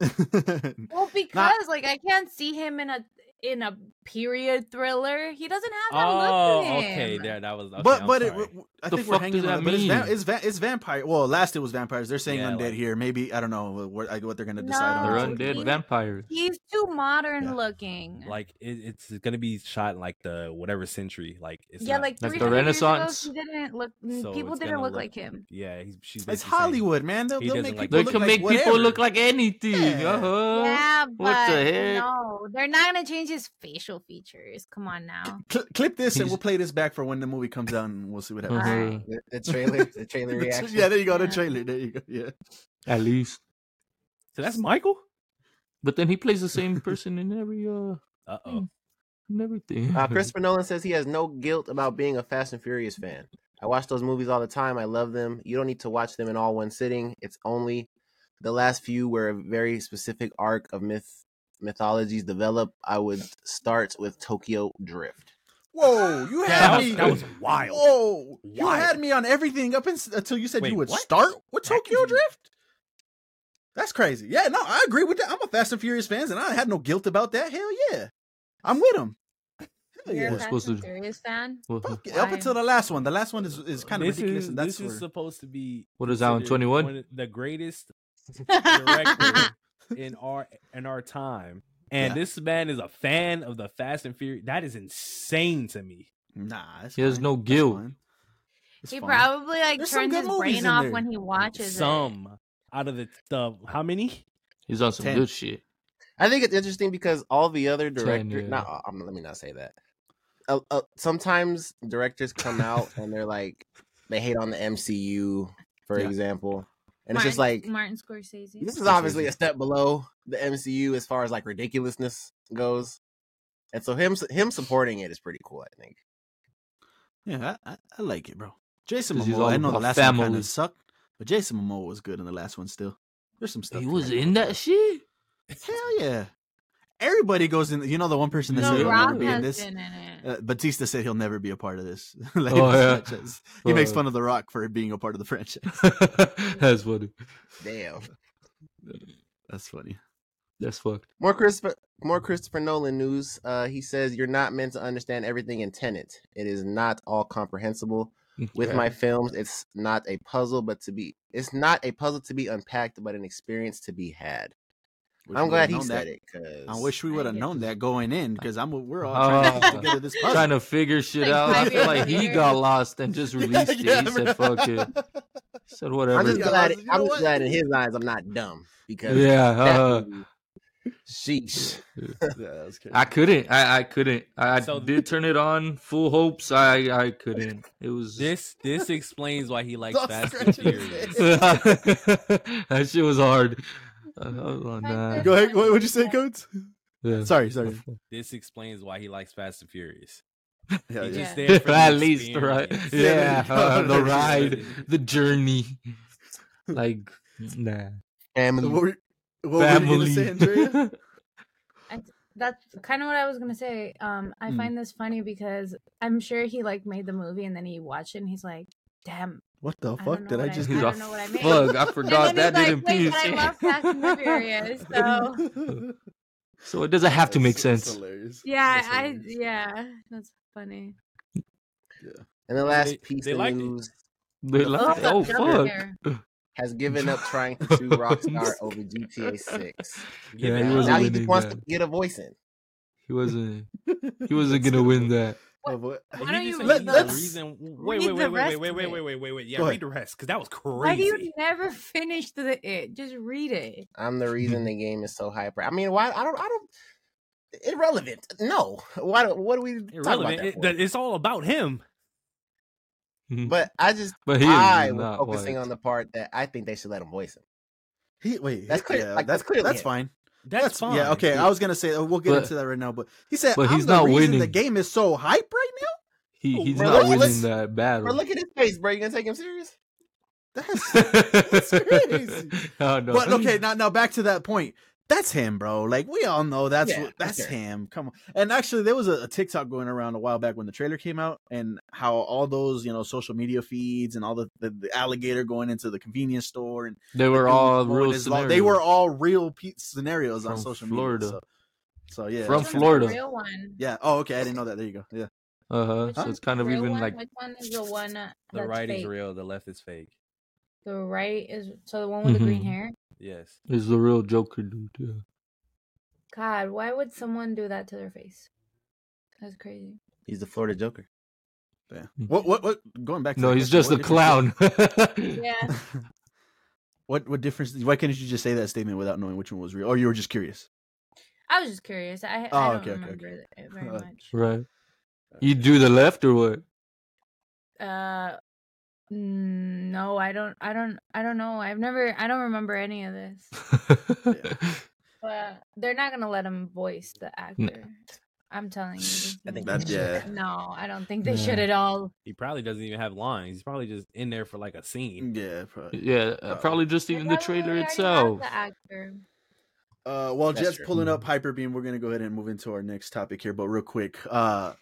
S4: Well, because like I can't see him in a in a period thriller. He doesn't have that
S6: Oh,
S4: look to him.
S6: okay. There, that was. Okay,
S2: but
S6: I'm
S2: but it,
S6: sorry.
S2: I
S3: The
S2: think we're
S3: fuck
S2: hanging
S3: does
S2: on.
S3: that
S2: But it's, va-
S3: mean?
S2: it's, va- it's vampire. Well, last it was vampires. They're saying
S6: Yeah,
S2: undead
S6: like-
S2: here. Maybe I don't know what like, what they're gonna decide
S3: They're
S4: No.
S2: on.
S3: undead vampires.
S4: He's too modern
S2: Yeah.
S4: looking.
S6: like it, it's gonna be shot in like the whatever century. Like it's
S4: yeah,
S6: not-
S4: like
S3: That's the
S4: 300 years ago,
S3: Renaissance.
S4: he didn't look. mm,
S6: So
S4: people
S6: it's
S4: didn't
S6: gonna
S4: look
S6: look-
S4: like him.
S6: Yeah, he's, she's.
S2: It's
S6: basically saying-
S2: Hollywood, man. They'll,
S6: He
S2: they'll
S6: doesn't
S2: make people
S6: like
S3: They
S6: They
S2: look
S3: can
S2: like
S3: make
S2: whatever.
S3: people look like anything.
S2: Yeah.
S3: Uh-huh.
S4: yeah, but
S3: what the heck?
S4: no, they're not gonna change his facial features. Come on now.
S2: Cl- clip this and
S3: He's-
S2: we'll play this back for when the movie comes out, and we'll see what happens.
S4: Uh-huh.
S3: Uh-huh.
S1: The, the trailer, the trailer
S2: The tra-
S1: reaction.
S2: yeah, there you go. The
S4: Yeah.
S2: trailer. There you go. Yeah.
S3: At least.
S6: So that's Michael.
S3: But then he plays the same person in every uh
S6: Uh
S3: Hmm.
S4: Mm.
S3: in everything.
S1: Uh, Christopher Nolan says he has no guilt about being a Fast and Furious fan. I watch those movies all the time. I love them. You don't need to watch them in all one sitting. It's only the last few where a very specific arc of myth mythologies develop. I would start with Tokyo Drift.
S2: Whoa, you
S6: that,
S2: had
S6: was,
S2: me.
S6: that was wild.
S2: Whoa, you
S6: Wild.
S2: had me on everything up ins- until you said
S6: Wait,
S2: you would
S6: what?
S2: start with
S6: That
S2: Tokyo
S6: could be-
S2: Drift. That's crazy. Yeah, no, I agree with that. I'm a Fast and Furious fans, and I had no guilt about that. Hell yeah, I'm with him. Hell
S4: You're
S2: Oh, yeah.
S4: a
S3: We're
S4: Fast
S3: supposed
S4: and
S3: to-
S4: Furious fan.
S3: What,
S2: Fuck it, Up
S4: Why?
S2: until the last one. The last one is, is kind of
S6: This
S2: ridiculous,
S6: is-
S2: and that's
S6: this is
S2: where-
S6: supposed to be.
S3: what is that one?
S6: considered
S3: Twenty one?
S6: one of the greatest director
S4: That's
S6: in our in our time. And
S2: Yeah.
S6: this man is a fan of the Fast and Furious. That is insane to me.
S2: nah. it's
S3: He has
S2: fine.
S3: no
S2: That's
S3: guilt.
S2: fine. It's
S4: he
S2: fine.
S4: probably like
S2: There's some
S4: turns
S2: good
S4: his
S2: movies in
S4: brain off
S2: there.
S4: when he watches it.
S6: Some out of the, the how many?
S3: He's on some
S2: Ten.
S3: good shit.
S1: I think it's interesting because all the other directors.
S3: yeah.
S1: Not, um, let me not say that. Uh, uh, sometimes directors come out and they're like, they hate on the MCU, for
S2: Yeah.
S1: example, and it's
S4: Martin,
S1: just like
S4: Martin Scorsese.
S1: This is obviously a step below the MCU as far as like ridiculousness goes, and so him him supporting it is pretty cool. I think.
S2: Yeah, I, I, I like it, bro. Jason
S3: 'Cause he's
S2: Momoa. I
S3: all
S2: know the
S3: about
S2: last one kind
S3: family.
S2: of sucked, but Jason Momoa was good in the last one. Still, there's some stuff.
S3: He
S2: to
S3: was
S2: like.
S3: in that shit.
S2: Hell yeah! Everybody goes in. You know the one person that
S4: No,
S2: said he'll never
S4: Rock
S2: be in
S4: has
S2: this.
S4: been in it.
S2: Uh, Batista said he'll never be a part of this. Like,
S3: Oh, yeah.
S2: franchise. He makes
S3: Uh,
S2: fun of The Rock for being a part of the franchise.
S3: That's funny.
S1: Damn.
S2: That's funny.
S3: That's fucked.
S1: More Christopher more Christopher Nolan news. Uh, he says you're not meant to understand everything in Tenet. It is not all comprehensible. With my films, it's not a puzzle, but to be it's not a puzzle to be unpacked, but an experience to be had.
S2: Wish
S1: I'm
S2: we
S1: glad
S2: would've
S1: he
S2: known
S1: said
S2: that.
S1: it. Cause
S2: I wish we would have
S4: I
S2: known
S4: did.
S2: that going in because I'm we're all trying to
S3: Ah.
S2: put together this puzzle.
S3: trying to figure shit
S4: Like
S3: out. I
S4: five
S3: feel like
S4: years
S3: he
S4: later.
S3: got lost and just released it. He said,
S2: bro.
S3: "Fuck it." He said
S1: I'm
S3: whatever.
S1: just
S2: Yeah,
S1: glad.
S2: you know
S1: I'm
S2: what?
S1: just glad in his eyes, I'm not dumb because
S3: Yeah.
S1: that
S3: Uh,
S1: movie- sheesh.
S2: Uh-huh. Yeah, that's crazy.
S3: I couldn't. I, I couldn't. I, I
S6: So-
S3: did turn it on. Full hopes. I I couldn't. It was.
S6: This this explains why he likes
S2: Don't
S6: Fast and
S2: scratch his
S6: Furious.
S2: head.
S3: that shit was hard. Uh, I was like, nah.
S2: Go ahead. What would you say, Coates?
S3: Yeah.
S2: Sorry, sorry.
S6: This explains why he likes Fast and Furious.
S2: Hell
S6: He's
S2: yeah.
S6: just there for the
S3: At least, right?
S6: experience.
S3: Yeah, uh, the
S2: Yeah.
S3: ride, the journey. Like, nah.
S2: So
S1: Family.
S2: what were, what were
S3: Family.
S2: you gonna say, Andrea?
S4: That's kind of what I was gonna say. Um, I
S2: Mm.
S4: find this funny because I'm sure he like made the movie and then he watched it and he's like, "Damn,
S2: What the
S4: don't
S2: fuck
S4: know
S2: did I
S4: what I
S2: just
S4: meant.
S2: do?
S4: don't know what I made.
S3: Fuck, I
S4: And
S3: forgot
S4: then
S3: that
S4: he's
S3: didn't
S4: like, wait,
S3: piece.
S4: but I love Fast and Furious, so
S3: So it doesn't have to make
S2: That's- that's
S3: sense.
S2: hilarious.
S4: yeah,
S2: That's
S4: I
S2: hilarious.
S4: yeah, that's funny.
S1: And the last
S5: they-
S1: piece
S5: they
S1: of
S5: liked it.
S1: news
S3: They're like,
S1: fuck
S3: oh
S1: up
S3: fuck.
S4: there.
S1: has given up trying to do Rockstar over GTA 6.
S3: Yeah, he
S5: Now
S1: Now
S3: wasn't
S1: he just
S3: winning
S1: wants to
S3: that.
S1: get a voice in.
S3: He wasn't. He wasn't gonna win that.
S2: Of what-
S5: But
S4: Why
S5: he
S4: don't
S5: just
S4: you
S5: said
S2: read
S5: he's the
S2: the-
S5: reason? Wait,
S4: read
S5: wait,
S4: the
S5: wait, wait,
S4: rest
S5: wait,
S4: of
S5: wait,
S4: it.
S5: wait, wait, wait, wait.
S2: Go
S5: Yeah,
S2: ahead.
S5: read the rest because that was crazy.
S4: Why do you never finish the it? Just read it.
S1: I'm the reason the game is so hyper. I mean, why? I don't. I don't. Irrelevant. No. Why? do- What do we talk about
S5: Irrelevant.
S1: that
S5: It-
S1: for?
S5: that- it's all about him.
S3: But,
S1: But I just.
S3: but he is
S1: I was
S3: not
S1: focusing
S3: white.
S1: on the part that I think they should let him voice him.
S2: He, wait,
S1: That's
S2: he-
S1: clear-
S2: yeah,
S1: like, that's
S2: that's
S1: clearly
S2: That's
S1: him.
S2: fine.
S5: That's, fine.
S2: Yeah, okay. I was gonna say uh, we'll get
S3: But-
S2: into that right now, but he said,
S3: but
S2: "I'm
S3: he's
S2: the
S3: not
S2: reason The
S3: winning.
S2: game is so hype right now.
S3: He, he's
S1: Bro,
S3: not
S1: let's-
S3: winning
S1: let's-
S3: that
S1: Bro,
S3: battle.
S1: look at his face, bro. You gonna take him serious?
S2: That's that's crazy.
S3: oh, no.
S2: But okay, now now back to that point. That's him, bro. Like we all know that's
S1: Yeah,
S2: what, that's
S1: sure.
S2: him. Come on. And actually, there was a, a TikTok going around a while back when the trailer came out, and how all those you know social media feeds and all the the, the alligator going into the convenience store and
S3: they were all real
S2: His law- They were
S3: scenarios.
S2: all real pe- scenarios on
S3: From
S2: social
S3: Florida.
S2: media. So, so yeah,
S3: From
S4: Which one's the
S3: Florida.
S4: real one.
S2: yeah. Oh, okay. I didn't know that. There you go. Yeah.
S3: Uh-huh.
S4: Which
S3: So
S4: one's
S3: it's kind
S4: the
S3: of
S4: real
S3: even
S4: one?
S3: like
S4: which one is the one uh,
S6: The
S4: that's
S6: right is
S4: fake?
S6: real, the left is fake.
S4: The right is so the one with the green
S3: Mhm.
S4: hair.
S6: Yes.
S3: is the real Joker dude. Yeah.
S4: God, why would someone do that to their face? That's crazy.
S1: He's the Florida Joker.
S2: yeah.
S3: Mm.
S2: What? What? What? Going back. to
S3: No,
S2: the
S3: he's
S2: question,
S3: just a
S2: what difference-
S3: clown.
S4: Yeah,
S2: what? What difference? Why couldn't you just say that statement without knowing which one was real? Or you were just curious?
S4: I was just curious. I, I
S2: Oh,
S4: don't
S2: okay, okay,
S4: remember it very
S2: Uh,
S4: much.
S3: Right. You do the left or what?
S4: Uh, mm, no, I don't. I don't. I don't know. I've never. I don't remember any of this. But they're not gonna let him voice the actor. I'm telling you. there's
S1: I think
S4: no
S1: that's-
S4: way.
S2: yeah.
S4: No, I don't think they
S3: Yeah.
S4: should at all.
S6: He probably doesn't even have lines. He's probably just in there for like a
S5: Mm,
S6: scene.
S2: Yeah. Probably.
S3: yeah, uh, probably just
S4: They
S3: even the
S4: probably
S3: trailer
S4: already have
S3: itself.
S4: The actor.
S2: Uh, while
S1: That's
S2: Jet's
S1: true.
S2: pulling
S3: Mm-hmm.
S2: up Hyperbeam, we're gonna go ahead and move into our next topic here. But real quick, uh,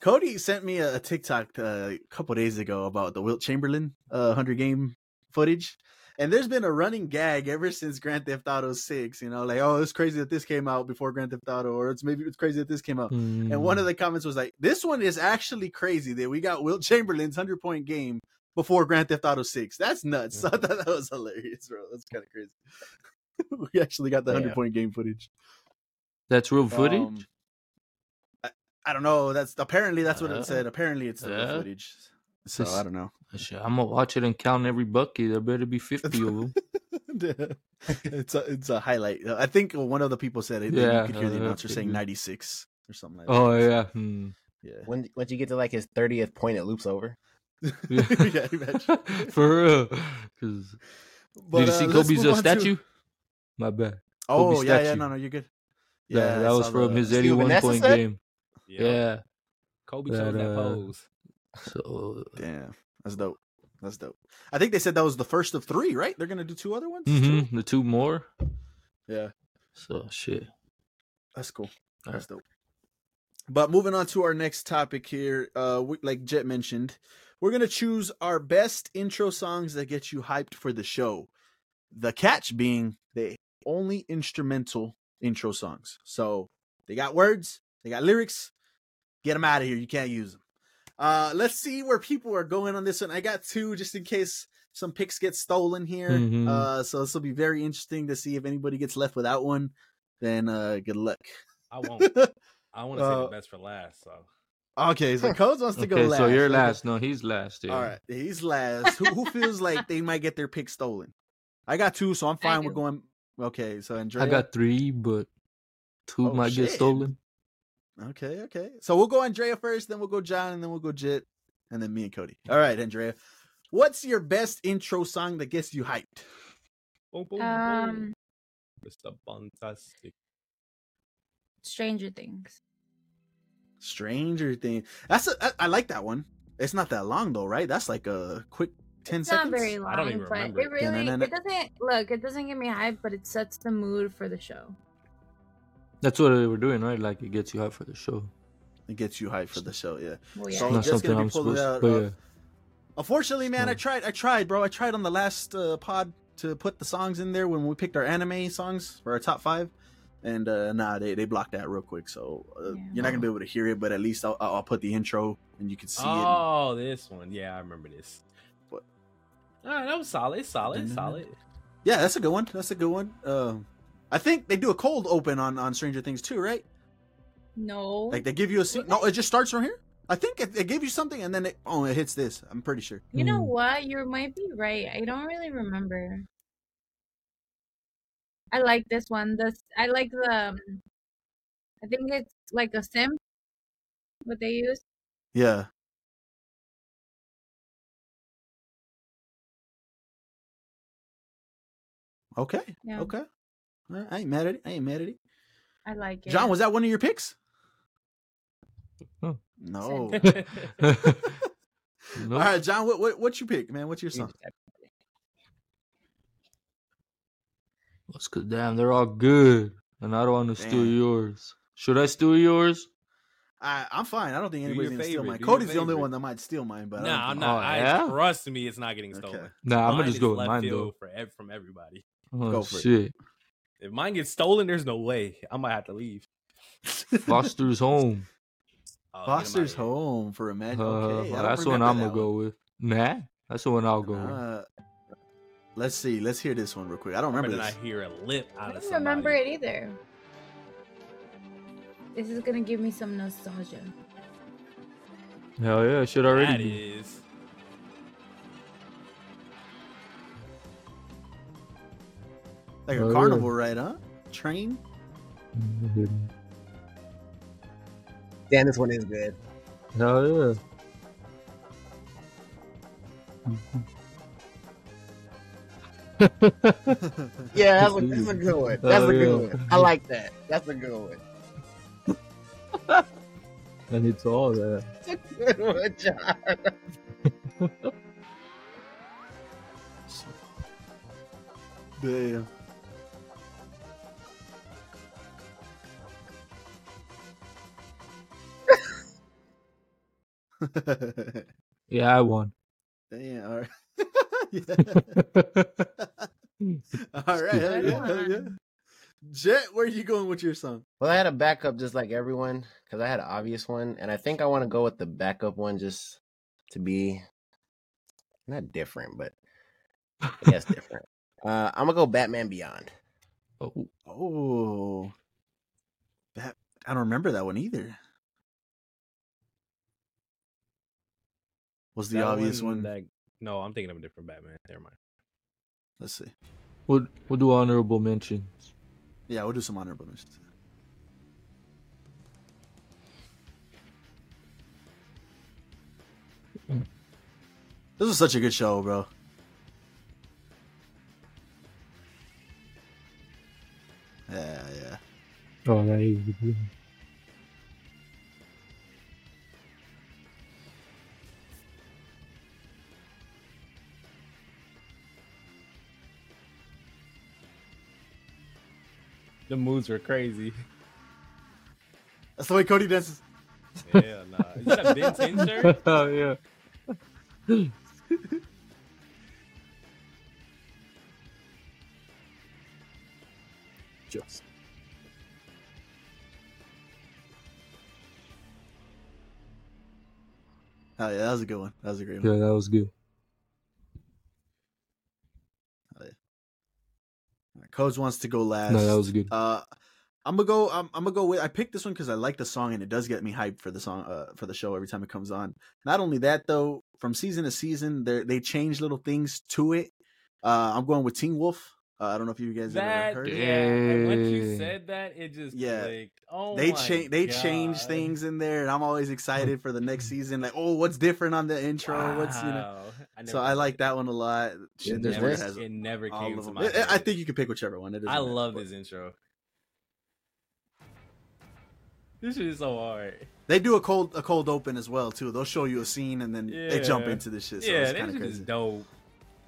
S2: Cody sent me a, a TikTok uh, a couple days ago about the Wilt Chamberlain uh, hundred game footage, and there's been a running gag ever since Grand Theft Auto Six. You know, like oh, it's crazy that this came out before Grand Theft Auto, or it's maybe it's crazy that this came out. And
S3: Mm.
S2: one of the comments was like, "This one is actually crazy that we got Wilt Chamberlain's hundred point game." Before Grand Theft Auto Six, that's nuts. I thought that was hilarious, bro. That's kind of crazy. we actually got the
S1: Yeah.
S2: hundred point game footage.
S3: That's real footage?
S2: Um, I, I don't know. That's apparently that's what
S3: Uh,
S2: it said. Apparently it's the real
S3: yeah.
S2: footage. So
S3: This-
S2: I don't know.
S3: Shit, I'm going to watch it and count every bucket. There better be 50 of them.
S2: it's a it's a highlight. Uh, I think one of the people said it. Yeah,
S3: Yeah,
S2: you could hear the
S3: uh,
S2: announcer saying
S3: mhm.
S2: ninety six or something like
S3: Oh,
S2: that.
S3: yeah. Hmm.
S2: yeah,
S1: When once you get to like his thirtieth point, it loops over.
S3: Yeah.
S2: yeah. imagine.
S3: For real. 'Cause-
S2: But,
S3: did you
S2: uh,
S3: see
S2: let's
S3: Kobe's
S2: move
S3: uh,
S2: on to-
S3: statue? My bad.
S2: oh
S3: Kobe
S2: yeah, yeah.
S3: statue?
S2: No, no, you're good.
S3: Yeah, that
S2: I
S3: was
S2: saw
S3: from
S2: the-
S3: his
S1: See what
S3: 81
S1: Vanessa
S3: point
S1: said?
S3: game. Yeah.
S6: Kobe
S3: That,
S6: chose that
S3: uh,
S6: pose.
S3: So,
S2: Damn, that's dope. That's dope. I think they said that was the first of three, right? They're gonna do two other ones. too?
S3: mhm, the two more.
S2: Mm-hmm. Yeah,
S3: So, shit.
S2: that's cool.
S3: All
S2: That's dope. But moving on to our next topic here, uh, we, like Jet mentioned, we're gonna choose our best intro songs that get you hyped for the show. The catch being they only instrumental intro songs, so they got words, they got lyrics. Get them out of here. You can't use them. Uh, let's see where people are going on this one. I got two just in case some picks get stolen here.
S3: Mhm.
S2: Uh, so this will be very interesting to see if anybody gets left without one. Then uh, good luck.
S6: I won't. I want to say
S2: uh,
S6: the best for last. So
S2: Okay, so Codes wants to go
S3: Okay,
S2: last.
S3: so you're
S2: Okay.
S3: last. No, he's last. Yeah.
S2: All right, he's last. who, who feels like they might get their pick stolen? I got two, so I'm fine with
S4: do.
S2: going. Okay, so Andrea.
S3: I got three, but two
S2: Oh,
S3: might
S2: shit.
S3: get stolen.
S2: Okay, okay. So we'll go Andrea first, then we'll go John, and then we'll go Jit, and then me and Cody. All right, Andrea. What's your best intro song that gets you hyped?
S6: boom,
S3: Oh,
S6: boom,
S4: Um,
S6: boom. Mr. Fantastic.
S4: Stranger Things.
S2: Stranger Thing. That's a, I, I like that one. It's not that long though, right? That's like a quick ten
S4: It's
S2: seconds.
S4: not very long,
S6: I don't even
S4: but
S6: remember
S4: it
S6: it.
S4: really
S2: Da-na-na-na.
S4: it doesn't look. It doesn't get me hype, but it sets the mood for the show.
S3: That's what they were doing, right? Like it gets you out for the show.
S2: It gets you hyped for the show. Yeah.
S4: Well, yeah.
S2: So- Oh,
S3: Not
S2: Jet's gonna
S3: something
S2: be
S3: I'm
S2: pulling
S3: supposed
S2: out,
S3: to. But
S2: uh,
S3: yeah.
S2: Unfortunately, man, I
S3: Huh.
S2: tried. I tried, bro. I tried on the last uh, pod to put the songs in there when we picked our anime songs for our top five, and uh, nah, they, they blocked that real quick. So uh,
S4: Yeah.
S2: you're not gonna be able to hear it, but at least I'll, I'll I'll put the intro and you can see it.
S6: oh, this one. Yeah, I remember this.
S2: What?
S6: Ah, that was solid. It's Solid. it's Solid.
S2: Yeah, that's a good one. That's a good one. Um, I think they do a cold open on on Stranger Things too, right?
S4: No.
S2: Like they give you a scene. No, it just starts from here. I think it, it gave you something, and then it oh, it hits this. I'm pretty sure.
S4: you know
S3: Hmm.
S4: what? You might be right. I don't really remember. I like this one. This I like the. um, I think it's like a sim. What they use.
S2: Yeah. Okay.
S4: Yeah.
S2: Okay. All right, I ain't mad at it. I ain't mad at it.
S4: I like it.
S2: John, was that one of your picks?
S3: No.
S2: No.
S4: Same.
S3: Nope.
S2: All right, John. What what what you pick, man? What's your song?
S3: Let's go. Damn, they're all good, and I don't want to steal
S2: Damn.
S3: yours. Should I steal yours?
S2: I I'm fine. I don't think
S6: Do
S2: anybody's
S6: your
S2: gonna steal
S6: favorite,
S2: mine.
S6: do your
S2: Cody's the only
S6: favorite.
S2: one that might steal mine, but I
S6: nah, I'm
S2: don't
S6: not.
S3: Oh,
S6: I,
S3: yeah?
S6: Trust me, it's not getting
S2: think-
S6: stolen.
S2: Okay.
S3: Nah, I'm
S6: Mine
S3: gonna
S6: is
S3: just go with
S6: left
S3: mine though.
S6: field For ev- from everybody.
S3: Oh
S2: Go for it.
S3: shit!
S6: If mine gets stolen, there's no way. I might have to leave.
S3: Foster's home.
S6: Oh, get 'em outta
S2: Foster's
S6: here.
S2: home for a magic.
S3: Uh,
S2: Okay, I don't
S3: that's the one
S2: remember
S3: I'm
S2: that
S3: gonna
S2: one.
S3: go with. Nah, that's the one I'll go with.
S2: Uh, let's see. Let's hear this one real quick. I don't remember
S6: Remember
S2: this.
S6: that I hear a lip
S4: I
S6: out of
S4: don't
S6: somebody.
S4: remember it either. This is gonna give me some nostalgia.
S3: Hell yeah, it should already
S6: That
S3: be.
S6: is.
S2: Like a
S3: Oh, yeah.
S2: carnival ride, huh? Train.
S1: Damn, this one is good.
S3: Hell yeah.
S1: Yeah, that's a, that's a good one. That's
S3: Oh,
S1: a good
S3: yeah.
S1: one. I like that. That's a good one.
S3: and it's all there.
S1: That's a good one, John.
S2: Damn.
S3: Yeah, I won.
S2: Damn. All right. yeah.
S3: Let's
S2: All right. Hell yeah. Hell yeah. Jet, where are you going with your song?
S1: Well, I had a backup just like everyone because I had an obvious one, and I think I want to go with the backup one just to be not different, but I guess different. Uh, I'm gonna go Batman Beyond.
S2: Oh. That I don't remember that one either. Was the
S6: That
S2: obvious one?
S6: that- no, I'm thinking of a different Batman. Never mind.
S2: Let's see.
S3: We'll, we'll do honorable mentions.
S2: Yeah, we'll do some honorable mentions. This was such a good show, bro. Yeah, yeah.
S3: Oh, that is.
S6: The moves were crazy.
S2: That's the way Cody dances.
S6: Hell nah. Is that a Ben 10 shirt?
S3: oh yeah.
S2: Just. Oh yeah, that was a good one. That was a great one.
S3: Yeah, that was good.
S2: Codes wants to go last.
S3: No, that was good.
S2: Uh, I'm gonna go. I'm, I'm gonna go with. I picked this one because I like the song and it does get me hyped for the song uh, for the show every time it comes on. Not only that though, from season to season, they they change little things to it. Uh, I'm going with Teen Wolf. Uh, I don't know if you guys
S6: That,
S2: ever heard.
S3: Yeah.
S6: yeah. and Once you
S3: Dang.
S6: said that, it just
S2: Yeah.
S6: clicked. Oh,
S2: They
S6: my
S2: change they change
S6: God.
S2: things in there, and I'm always excited for the next season. Like, oh, what's different on the intro? What's you know?
S6: Wow.
S2: So
S6: never
S2: I
S6: heard
S2: like
S6: it.
S2: that one a lot. Shit,
S6: It
S1: There's
S2: this one
S6: never,
S1: this.
S2: has
S6: it never
S2: all
S6: came
S2: of
S6: to
S2: them.
S6: my
S2: I- I
S6: head.
S2: think you can pick whichever one. It doesn't
S6: I
S2: matter,
S6: love
S2: but-
S6: this intro. This shit is so hard.
S2: They do a cold a cold open as well too. They'll show you a scene and then they jump
S6: Yeah.
S2: into this shit. So
S6: yeah,
S2: it's
S6: that
S2: kind of
S6: shit is
S2: crazy.
S6: dope.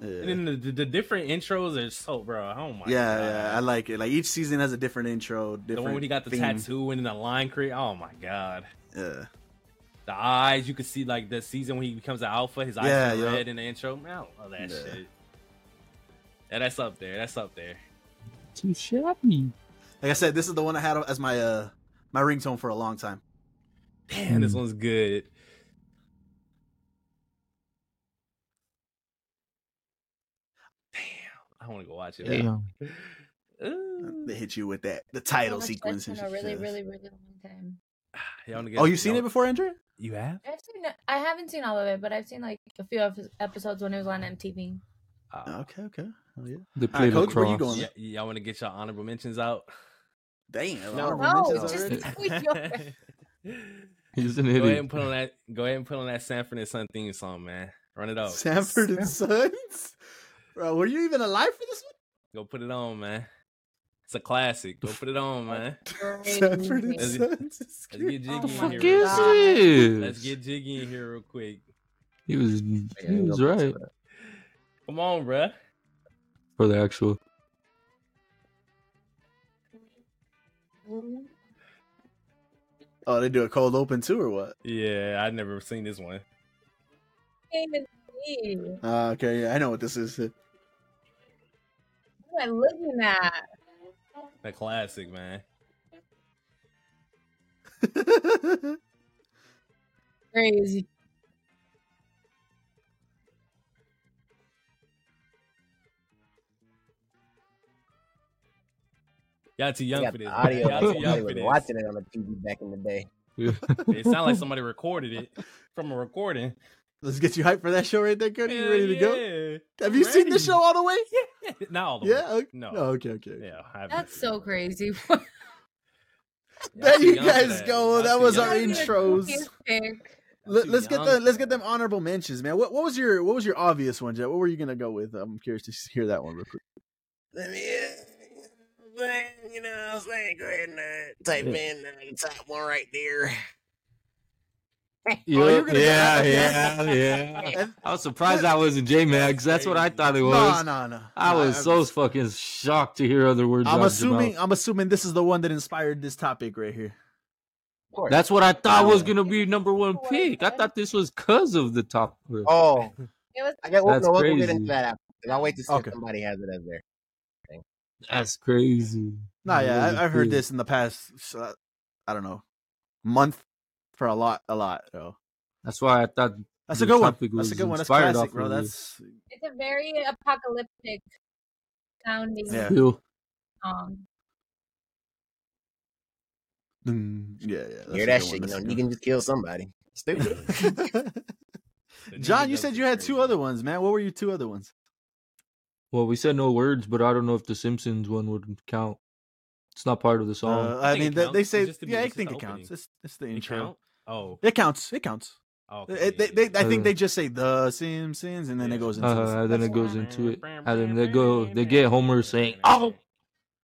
S2: Yeah.
S6: And then the, the, the different intros are so, bro. Oh my
S2: yeah,
S6: god.
S2: yeah, I like it. Like each season has a different intro. Different
S6: the one when he got the
S2: theme.
S6: tattoo and then the line create. Oh my god.
S2: Yeah.
S6: The eyes, you could see like the season when he becomes an alpha, his eyes
S2: Yeah,
S6: are
S2: yup.
S6: red in the intro. Man, I love that
S2: Yeah.
S6: shit. Yeah, that's up there. That's up there.
S3: Too shabby.
S2: Like I said, this is the one I had as my uh my ringtone for a long time.
S6: Damn, this
S2: Mm.
S3: Hmm.
S6: one's good. Damn, I want to go watch it.
S2: Yeah.
S6: now.
S3: Damn.
S6: Ooh.
S2: They hit you with that the title
S4: Haven't watched
S2: sequence.
S4: that
S2: and
S4: in a
S2: shit.
S4: really,
S2: Yes.
S4: really, really long time.
S6: Y'all wanna
S2: oh,
S6: get-
S2: you've seen
S6: y'all-
S2: it before, Andrea?
S5: You have?
S4: I've seen. it- I haven't seen all of it, but I've seen like a few of his episodes when it was on MTV.
S6: Ah.
S2: Okay, okay. Oh, yeah.
S3: They
S2: right,
S3: play
S2: Coach, where you
S3: lacrosse.
S2: going?
S6: Y- y'all want to get your honorable mentions out?
S2: Damn.
S1: No,
S2: honorable
S4: no,
S2: mentions
S4: it's just-
S2: already.
S6: go ahead
S3: He's an idiot.
S6: and put on that. Go ahead and put on that Sanford and Son theme song, man. Run it up.
S2: Sanford and Sons. Bro, were you even alive for this
S6: Go put it on, man. It's a classic. Go put it on, man.
S2: one?
S4: Great
S2: Sanford and
S4: movie.
S6: Is it-
S2: Sons. is
S6: Let's get
S2: good.
S6: jiggy
S4: Oh
S6: in
S4: my
S6: here.
S3: fuck
S6: real
S3: is
S6: quick.
S4: God.
S3: this?
S6: Let's get jiggy in here real quick.
S3: He was. He was right
S6: Come on, bruh.
S3: for the actual.
S2: Oh, they do a cold open too, or what?
S6: Yeah, I've never seen this one.
S4: Can't even see. What
S2: Uh, okay, yeah, I know what this is.
S4: am I looking at?
S6: The classic, man.
S4: Crazy.
S6: Y'all too young
S1: Got
S6: for
S1: the
S6: this. man.
S1: audio.
S6: Y'all
S1: Like
S6: too
S1: somebody
S6: young
S1: was
S6: for
S1: watching it on the TV back in the day.
S6: this. It sounded like somebody recorded it from a recording.
S2: Let's get you hyped for that show right there, Cody. You ready to go?
S6: go?
S2: Have you seen the show all the way?
S6: Not all the way.
S2: Yeah. Okay.
S6: No.
S2: Oh, okay, okay. okay.
S6: Yeah, I haven't.
S4: That's so crazy.
S6: Y'all
S2: There
S6: too
S2: you
S6: young for
S2: guys
S6: that.
S2: go.
S6: Y'all
S2: that
S6: too
S2: was
S6: young
S2: our
S6: for that.
S2: intros.
S4: His pick.
S2: Let,
S6: too
S2: us get
S6: young
S2: the
S6: for
S2: let's get
S6: that.
S2: them honorable mentions, man. What what was your what was your obvious one, Jet? What were you gonna go with? I'm curious to hear that one real quick.
S1: Let me, uh, you know what I'm saying? Go ahead and uh, type
S3: Yeah.
S1: in uh, the top one right there.
S2: you're
S3: Yup,
S2: gonna-
S3: Oh, yeah, yeah, yeah. I was surprised I wasn't J Max. That's what I thought it was.
S2: No, no, no.
S3: I
S2: No,
S3: was
S2: I'm-
S3: so fucking shocked to hear other words. out
S2: I'm
S3: of your
S2: assuming
S3: mouth.
S2: I'm assuming this is the one that inspired this topic right here.
S1: Of course.
S3: That's what I thought was
S1: Yeah.
S3: gonna be number one pick. I thought this was cause of the top.
S1: oh,
S4: It was
S1: I got. Well,
S3: That's
S1: no, we'll, we'll get
S3: crazy.
S1: into that. after. I'll wait to see
S2: Okay.
S1: if somebody has it as there.
S3: That's crazy.
S2: Nah, yeah,
S3: Holy
S2: I, I've heard
S3: shit.
S2: this in the past. uh, I don't know, month for a lot, a lot. Bro.
S3: That's why I thought
S2: That's a
S3: The
S2: good one.
S3: topic
S2: That's a
S3: was
S2: good one. That's
S3: inspired
S2: classic,
S3: off
S2: bro.
S3: of
S2: That's
S4: It's a very apocalyptic sounding
S2: Yeah.
S3: Bill.
S4: song.
S2: Mm, yeah, yeah. that's
S1: Hear
S2: a
S1: that
S2: good one.
S1: shit? You
S2: That's
S1: know,
S2: a
S1: you
S2: good
S1: can just kill somebody. Stupid.
S2: one.
S6: The
S2: John,
S6: nigga
S2: you
S6: jokes
S2: said
S6: is
S2: you had
S6: crazy.
S2: two other ones, man. What were your two other ones?
S3: Well, we said no words, but I don't know if the Simpsons one would count. It's not part of the song.
S2: Uh, I,
S6: think it
S2: mean, they, they
S6: counts.
S2: say
S6: It's just the
S2: yeah, I
S6: music, it's
S2: think
S6: the
S2: it counts.
S6: opening.
S2: It's, it's the
S6: It
S2: intro.
S6: count? Oh,
S2: It counts. It counts.
S6: oh okay,
S2: It,
S6: yeah,
S2: they, they,
S6: yeah,
S2: I think
S3: Uh,
S2: they just say the Simpsons, and then it
S6: yeah.
S2: goes into. the
S3: uh, and then it
S4: That's
S3: goes
S4: fine.
S3: into it, and then they go, they get Homer saying, "Oh,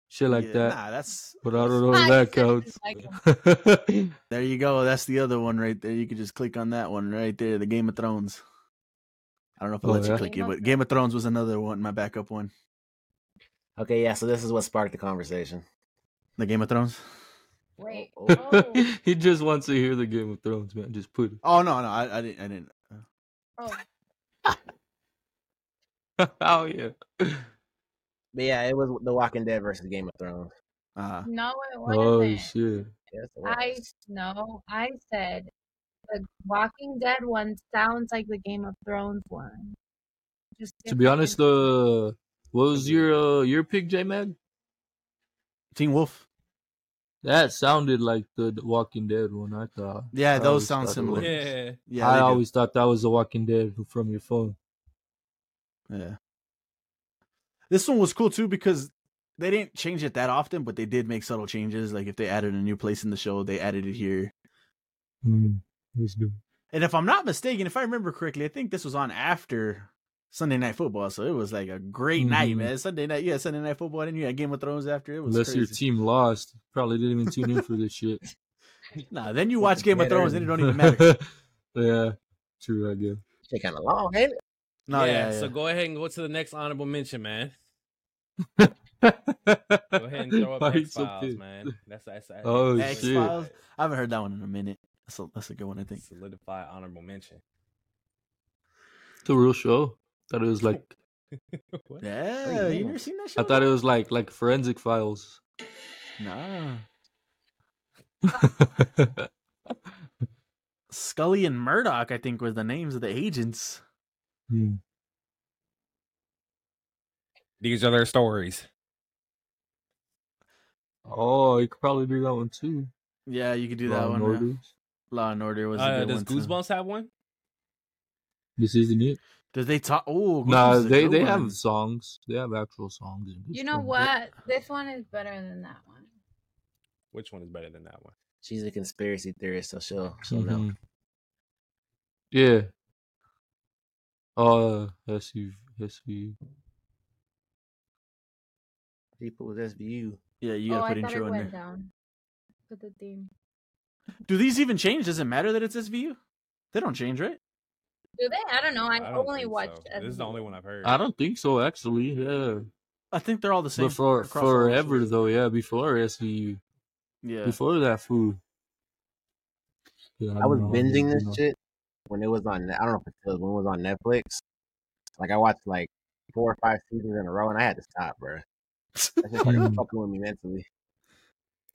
S3: shit like
S2: yeah,
S3: that."
S2: Nah, that's.
S3: But I
S2: that's-
S3: don't know
S4: I
S3: if that
S4: just didn't
S3: counts.
S4: like
S2: There you go. That's the other one right there. You could just click on that one right there. The Game of Thrones. I don't know if it
S3: Oh,
S2: lets
S3: yeah?
S2: you click it, but Game of Thrones was another one, my backup one.
S1: okay, yeah. So this is what sparked the conversation.
S2: The Game of Thrones.
S4: Wait.
S1: Oh,
S4: Oh,
S3: he just wants to hear the Game of Thrones, man. Just put it.
S2: Oh no, no, I, I didn't, I didn't. uh,
S4: oh.
S3: oh yeah.
S1: But yeah, it was The Walking Dead versus Game of Thrones.
S2: Uh,
S4: No, it
S3: Oh
S4: wasn't.
S3: shit.
S1: Yes, it was.
S4: I no, I said the Walking Dead one sounds like the Game of Thrones one. Just
S3: To be honest, the what was your uh, your pick, J Mag?
S2: Teen Wolf.
S3: That sounded like the the Walking Dead one. I thought.
S2: Yeah,
S3: I
S2: those
S3: always
S2: sound
S3: thought it
S2: similar.
S3: was.
S6: yeah.
S2: Yeah,
S3: I
S2: they do.
S3: always thought that was the Walking Dead from your phone.
S2: Yeah. This one was cool too because they didn't change it that often, but they did make subtle changes. Like if they added a new place in the show, they added it here.
S3: Mm, let's do. it.
S2: And if I'm not mistaken, if I remember correctly, I think this was on after Sunday Night Football, so it was like a great night,
S3: Mhm.
S2: man. Sunday night, yeah, Sunday Night Football, and you had Game of Thrones after. It was
S3: Unless your
S2: crazy.
S3: team lost, probably didn't even tune in for this shit.
S2: Nah, then you watch Game of
S1: Better.
S2: Thrones, and it don't even matter.
S3: yeah, true. I guess.
S1: Shit, kind of long, ain't it?
S2: No, yeah, yeah,
S6: So go ahead and go to the next honorable mention, man.
S3: Go
S6: Go ahead and throw
S3: Why
S6: up
S3: are you
S6: X
S3: so
S6: Files,
S3: pissed?
S6: man. That's that's, that's
S3: Oh,
S6: that's-
S2: shit. X-Files? I haven't heard that one in a minute. That's a that's a good one, I think.
S6: Solidify honorable mention.
S3: It's a real show. Thought it was like
S6: What?
S2: Yeah, you
S6: damn.
S2: never seen that shit?
S3: I thought it was like like Forensic Files.
S2: Nah. Scully and Murdoch, I think, were the names of the agents.
S6: These are their stories.
S3: oh, you could probably do that one too.
S2: Yeah, you could do that
S3: Law
S2: one.
S3: and
S2: yeah.
S3: Order.
S2: Law and Order was a
S6: Uh,
S2: good
S6: does
S2: one. too.
S6: Goosebumps have one?
S3: This isn't it.
S2: Does they talk? Oh,
S3: Nah,
S2: Goosebumps is a
S3: they
S2: good
S3: they
S2: one.
S3: have songs. They have actual songs. in
S4: You know
S3: Goosebumps.
S4: what? This one is better than that one.
S6: Which one is better than that one?
S1: She's a conspiracy theorist, so she'll she'll know.
S2: Mm-hmm.
S3: Mhm. mm-hmm. Yeah. Uh, SU, SU.
S1: People with SVU.
S2: Yeah, you gotta
S4: oh,
S2: put
S4: I thought it
S2: intro in
S4: went
S2: there.
S4: down. Put the theme.
S2: Do these even change? Does it matter that it's SVU? They don't change, right?
S4: Do they? I don't know. I,
S6: don't
S4: only
S6: think so.
S4: watched.
S6: This is the only one I've heard.
S3: I don't think so, actually. Yeah,
S2: I think they're all the same.
S3: but for
S2: across all the
S3: forever
S2: shows.
S3: though. Yeah, before SVU,
S2: Yeah.
S3: before that food.
S1: I was binging this shit when it was on. I don't know if it was when it was on Netflix. Like I watched like four or five seasons in a row, and I had to stop, bro. That's just like
S2: Mm-hmm.
S3: Hmm.
S1: fucking with me mentally.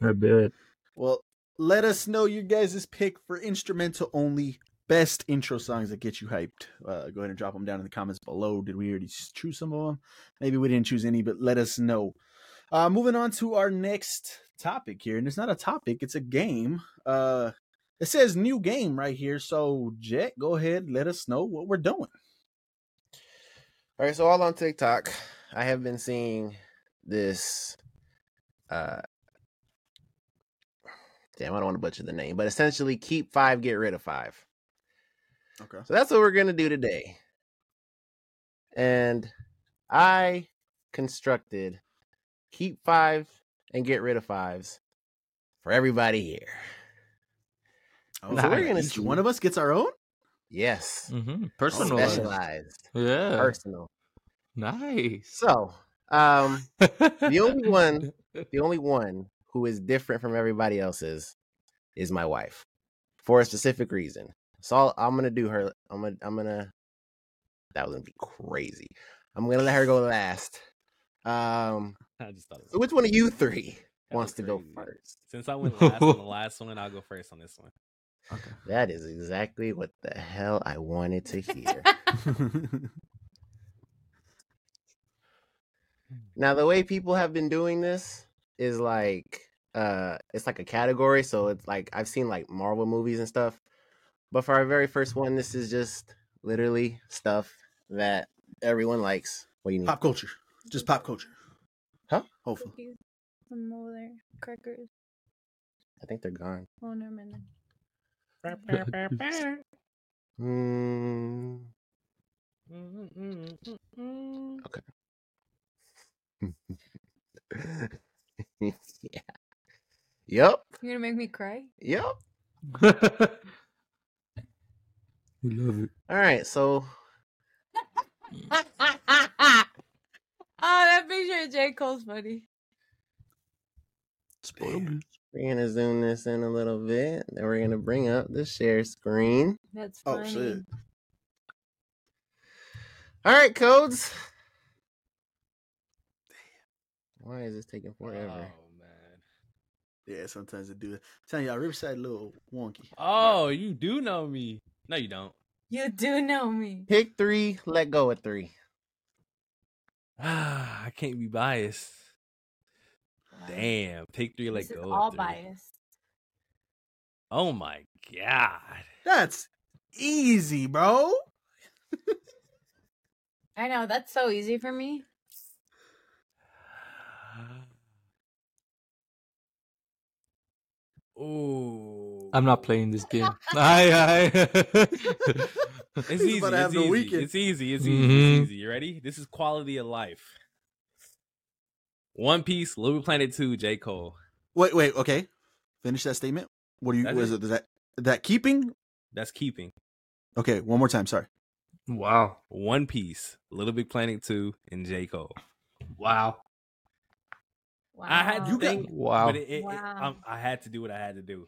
S3: I bet.
S2: well, let us know your guys' pick for instrumental only best intro songs that get you hyped. Uh, go ahead and drop them down in the comments below. Did we already s- choose some of them? Maybe we didn't choose any, but let us know. Uh, moving on to our next topic here, and it's not a topic; it's a game. Uh, it says new game right here. So, Jet, go ahead, let us know what we're doing.
S1: All right, so all on TikTok, I have been seeing this. uh Damn, I don't want to butcher the name, but essentially, keep five, get rid of five.
S2: Okay.
S1: So that's what we're gonna do today. And I constructed keep five and get rid of fives for everybody here.
S2: Oh,
S1: Nah, we're gonna
S2: each
S1: see.
S2: one of Mm, us gets our own.
S1: Yes.
S3: Mm-hmm. Personal.
S1: Specialized.
S3: Yeah.
S1: Personal.
S3: Nice.
S1: So um the only one the only one who is different from everybody else's is my wife. For a specific reason. So I'll, I'm gonna do her I'm gonna I'm gonna that was gonna be crazy. I'm gonna let her go last. Um
S6: I just thought. It
S1: So which one of you three
S6: that
S1: wants
S6: was
S1: to go
S6: crazy.
S1: first?
S6: Since I went last on the last one, I'll go first on this one.
S1: That is exactly what the hell I wanted to hear. now the way people have been doing this is like uh it's like a category, so it's like I've seen like Marvel movies and stuff. But for our very first one, this is just literally stuff that everyone likes. What do you need?
S2: pop culture, just pop culture.
S1: Huh?
S2: Hopefully.
S4: Cookies, some over there, crackers,
S1: I think they're gone.
S4: oh, never mind then.
S1: Mm, yeah. Yep.
S4: You're gonna make me cry.
S1: Yep.
S3: we love it.
S1: All right. So
S4: oh, that picture of J Cole's funny.
S3: Spoilers.
S1: We're gonna zoom this in a little bit. Then we're gonna bring up the share screen.
S4: That's
S2: Oh,
S4: funny.
S2: shit.
S1: All right, codes. Why is this taking forever?
S6: Oh,
S2: Yeah, sometimes I do that. I'm telling y'all, Riverside a little wonky.
S6: Oh, you do know me. No, you don't.
S4: You do know me.
S1: Pick three. Let go of three.
S6: Ah, I can't be biased. Damn, pick three, let
S4: this
S6: go.
S4: is
S6: of
S4: all
S6: three.
S4: biased.
S6: Oh my god.
S2: That's easy, bro.
S4: I know that's so easy for me.
S6: Ooh.
S3: I'm not playing this game. Aye, aye.
S6: It's
S2: He's
S6: easy.
S2: about to
S6: it's,
S2: have the
S6: easy.
S2: weekend.
S6: it's easy. It's easy.
S3: Mhm.
S6: It's easy. You ready? This is quality of life. One Piece, Little Big Planet 2, J. Cole.
S2: Wait, wait, okay. Finish that statement. What do you
S6: That's
S2: was
S6: it.
S2: it? Is that is that keeping?
S6: That's keeping.
S2: Okay, one more time. Sorry.
S3: wow.
S6: One Piece, Little Big Planet 2, and J. Cole.
S3: Wow.
S4: Wow.
S6: I had
S2: You
S6: to
S2: got-
S6: think,
S3: Wow.
S6: but it, it, it-
S4: Wow.
S6: um, I had to do what I had to do.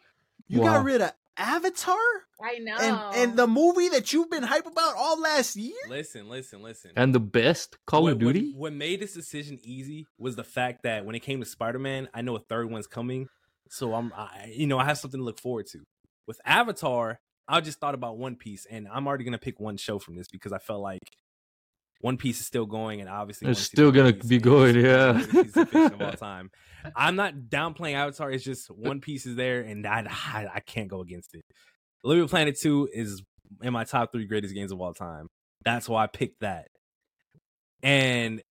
S2: You
S3: Wow.
S2: got rid of Avatar
S4: I know.
S2: and and the movie that you've been hype about all last year.
S6: Listen, listen, listen.
S3: And the best Call
S6: what,
S3: of
S6: what-
S3: Duty.
S6: What, made this decision easy was the fact that when it came to Spider Man, I know a third one's coming, so I'm, I, you know, I have something to look forward to. With Avatar, I just thought about One Piece, and I'm already gonna pick one show from this because I felt like One Piece is still going, and obviously
S3: It's
S6: wanna see
S3: still
S6: One
S3: gonna
S6: Piece,
S3: be
S6: and
S3: going,
S6: it's
S3: yeah.
S6: the greatest piece of fiction of all time. I'm not downplaying Avatar. It's just One Piece is there, and I, I, I can't go against it. Little Planet Two is in my top three greatest games of all time. That's why I picked that. And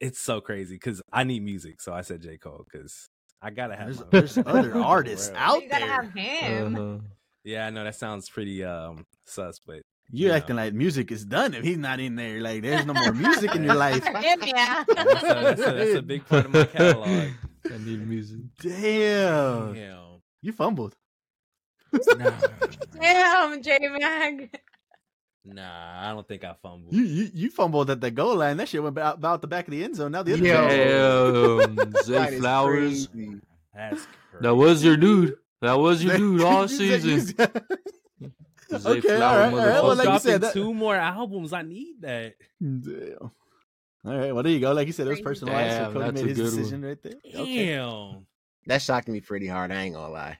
S6: it's so crazy because I need music. So I said J. Cole because I gotta have
S2: There's, there's
S6: my-
S2: other artists
S6: Well,
S4: Well,
S2: out
S4: you gotta
S2: there.
S4: have him.
S3: Uh-huh.
S6: Yeah, I know that sounds pretty um sus, but
S2: You're
S6: Yeah.
S2: acting like music is done if he's not in there. Like there's no more music in your life.
S4: Him, yeah.
S6: that's a, that's a- that's a big part of my catalog.
S3: I need music.
S2: Damn,
S6: Damn.
S2: you fumbled.
S6: Nah,
S4: Damn, J Mag.
S6: nah, I don't think I fumbled.
S2: You, you you fumbled at the goal line. That shit went about, about the back of the end zone. Now the other
S1: Yo.
S2: yeah.
S3: Damn,
S1: That
S3: Zay
S1: is
S3: Flowers.
S1: crazy.
S6: That's crazy.
S3: That was your dude. That was your dude all season. Zay
S2: Okay, alright, alright, well,
S6: Well,
S2: like you
S6: dropping
S2: said, that-
S6: two more albums. I need that.
S2: Damn. All right. Well, there you go. Like you said, it was
S4: Crazy.
S2: personalized.
S3: Damn,
S2: so Cody
S3: that's
S2: made
S3: a
S2: his
S3: good one.
S2: decision right there.
S6: Damn.
S1: That shocked me pretty hard. I ain't gonna lie.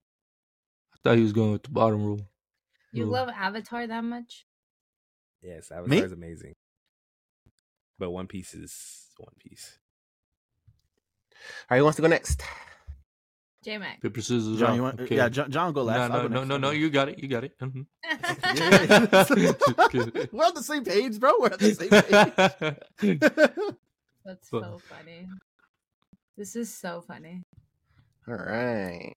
S3: I thought he was going with the bottom rule.
S4: You
S3: Rule.
S4: love Avatar that much?
S6: Yes, Avatar is amazing. But One Piece is One Piece.
S1: All right, who wants to go next?
S4: J Mag.
S3: paper scissors.
S2: John,
S3: rock.
S2: you want?
S3: Okay.
S2: Yeah, John, John, go
S3: No,
S2: last.
S3: no, no, no, no. You got it. You got it. Mhm.
S2: Yeah. We're on the same page, bro. We're on the same page.
S4: That's
S3: Well.
S4: so funny. This is so funny.
S1: All right.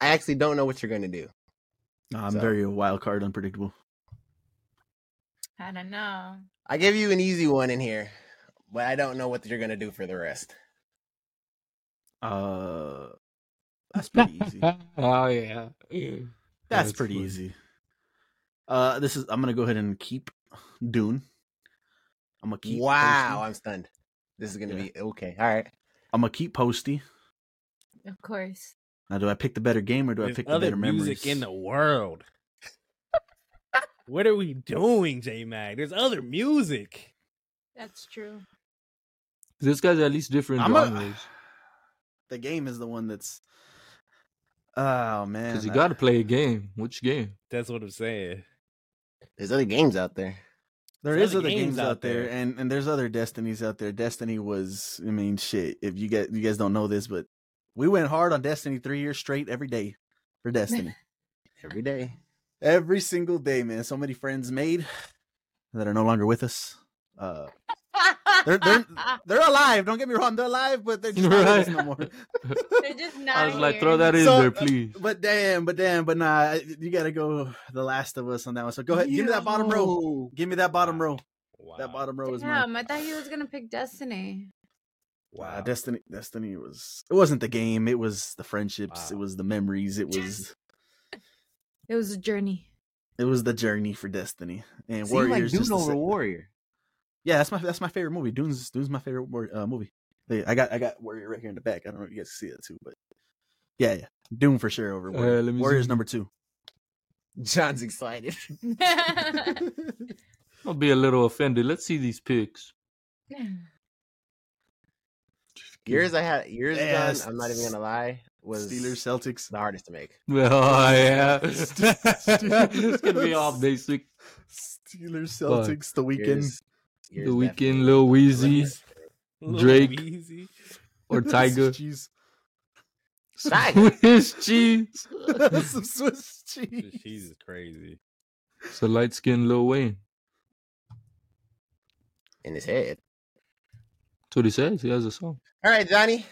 S1: I actually don't know what you're gonna do.
S2: no, I'm
S1: So.
S2: very wild card, unpredictable.
S4: I don't know.
S1: I give you an easy one in here, but I don't know what you're gonna do for the rest.
S2: Uh, that's pretty easy.
S3: oh yeah.
S2: That's
S3: That's
S2: pretty
S3: funny.
S2: easy. Uh, this is. I'm gonna go ahead and keep Dune. I'm gonna keep.
S1: wow,
S2: Posty.
S1: I'm stunned. This is gonna
S2: Yeah.
S1: be okay. All right.
S2: I'm gonna keep Posty.
S4: Of course.
S2: Now, do I pick the better game or do I
S6: There's
S2: pick the
S6: other
S2: better
S6: music
S2: memories?
S6: in the world. what are we doing, J Mag? There's other music.
S4: That's true.
S3: This guy's at least different
S2: I'm a-
S3: genres
S2: the game is the one that's. Oh man,
S3: because you
S2: I-
S3: got to play a game. Which game?
S6: That's what I'm saying.
S1: There's other games out there.
S2: There
S6: There's
S2: is
S6: other
S2: other games,
S6: games
S2: out
S6: out
S2: there,
S6: there.
S2: and and there's other destinies out there. Destiny was, I mean, shit. If you get you guys don't know this, but we went hard on Destiny three years straight every day for Destiny,
S1: Every day.
S2: every single day, man. So many friends made that are no longer with us. Uh, they're they're they're alive. Don't get me wrong, they're alive, but they're just not with us no
S3: Right.
S2: more.
S4: They're just not.
S3: I was like,
S4: here.
S3: throw that in
S2: So- uh,
S3: there, please.
S2: But damn, but damn, but nah, you gotta go The Last of Us on that one. So go ahead, give me that bottom row.
S1: Yo.
S2: Give me that bottom row.
S6: Wow.
S2: That bottom row is mine.
S4: Damn, I thought he was gonna pick Destiny.
S2: Wow, Destiny Destiny was it wasn't the game, it was the friendships, it
S6: Wow.
S2: was the memories, it was
S4: It was a journey.
S2: it was the journey for Destiny. And
S1: See, you like
S2: Warriors
S1: Dune
S2: just the
S1: over
S2: sa-
S1: Warrior.
S2: Yeah, that's my that's my favorite movie. Dune's Dune's my favorite war, uh, movie. They- I got I got Warrior right here in the back. I don't know if you guys can see it too, but yeah, yeah. Dune for sure over
S3: Uh,
S2: Warrior.
S3: let me
S2: Warriors
S3: see.
S2: number 2.
S1: John's excited.
S3: I'll be a little offended. Let's see these picks.
S1: yours I had yours
S2: Yeah,
S1: John, I'm not even gonna lie, was
S2: Steelers Celtics.
S1: the hardest to make.
S3: Oh yeah, it's gonna be all basic.
S2: Steelers
S3: Fuck.
S2: Celtics the weekend.
S1: Yours- yours
S3: The
S1: definitely
S3: weekend, Lil
S1: was the
S3: Weezy
S1: hardest.
S6: Lil
S3: Drake.
S6: Weezy.
S3: or Tiger.
S2: Jeez.
S1: Tiger.
S3: Swiss cheese.
S2: Some Swiss cheese.
S6: She's crazy.
S3: So light skinned Lil Wayne.
S1: In his head.
S3: That's what he says. He has a song.
S1: All right, Johnny.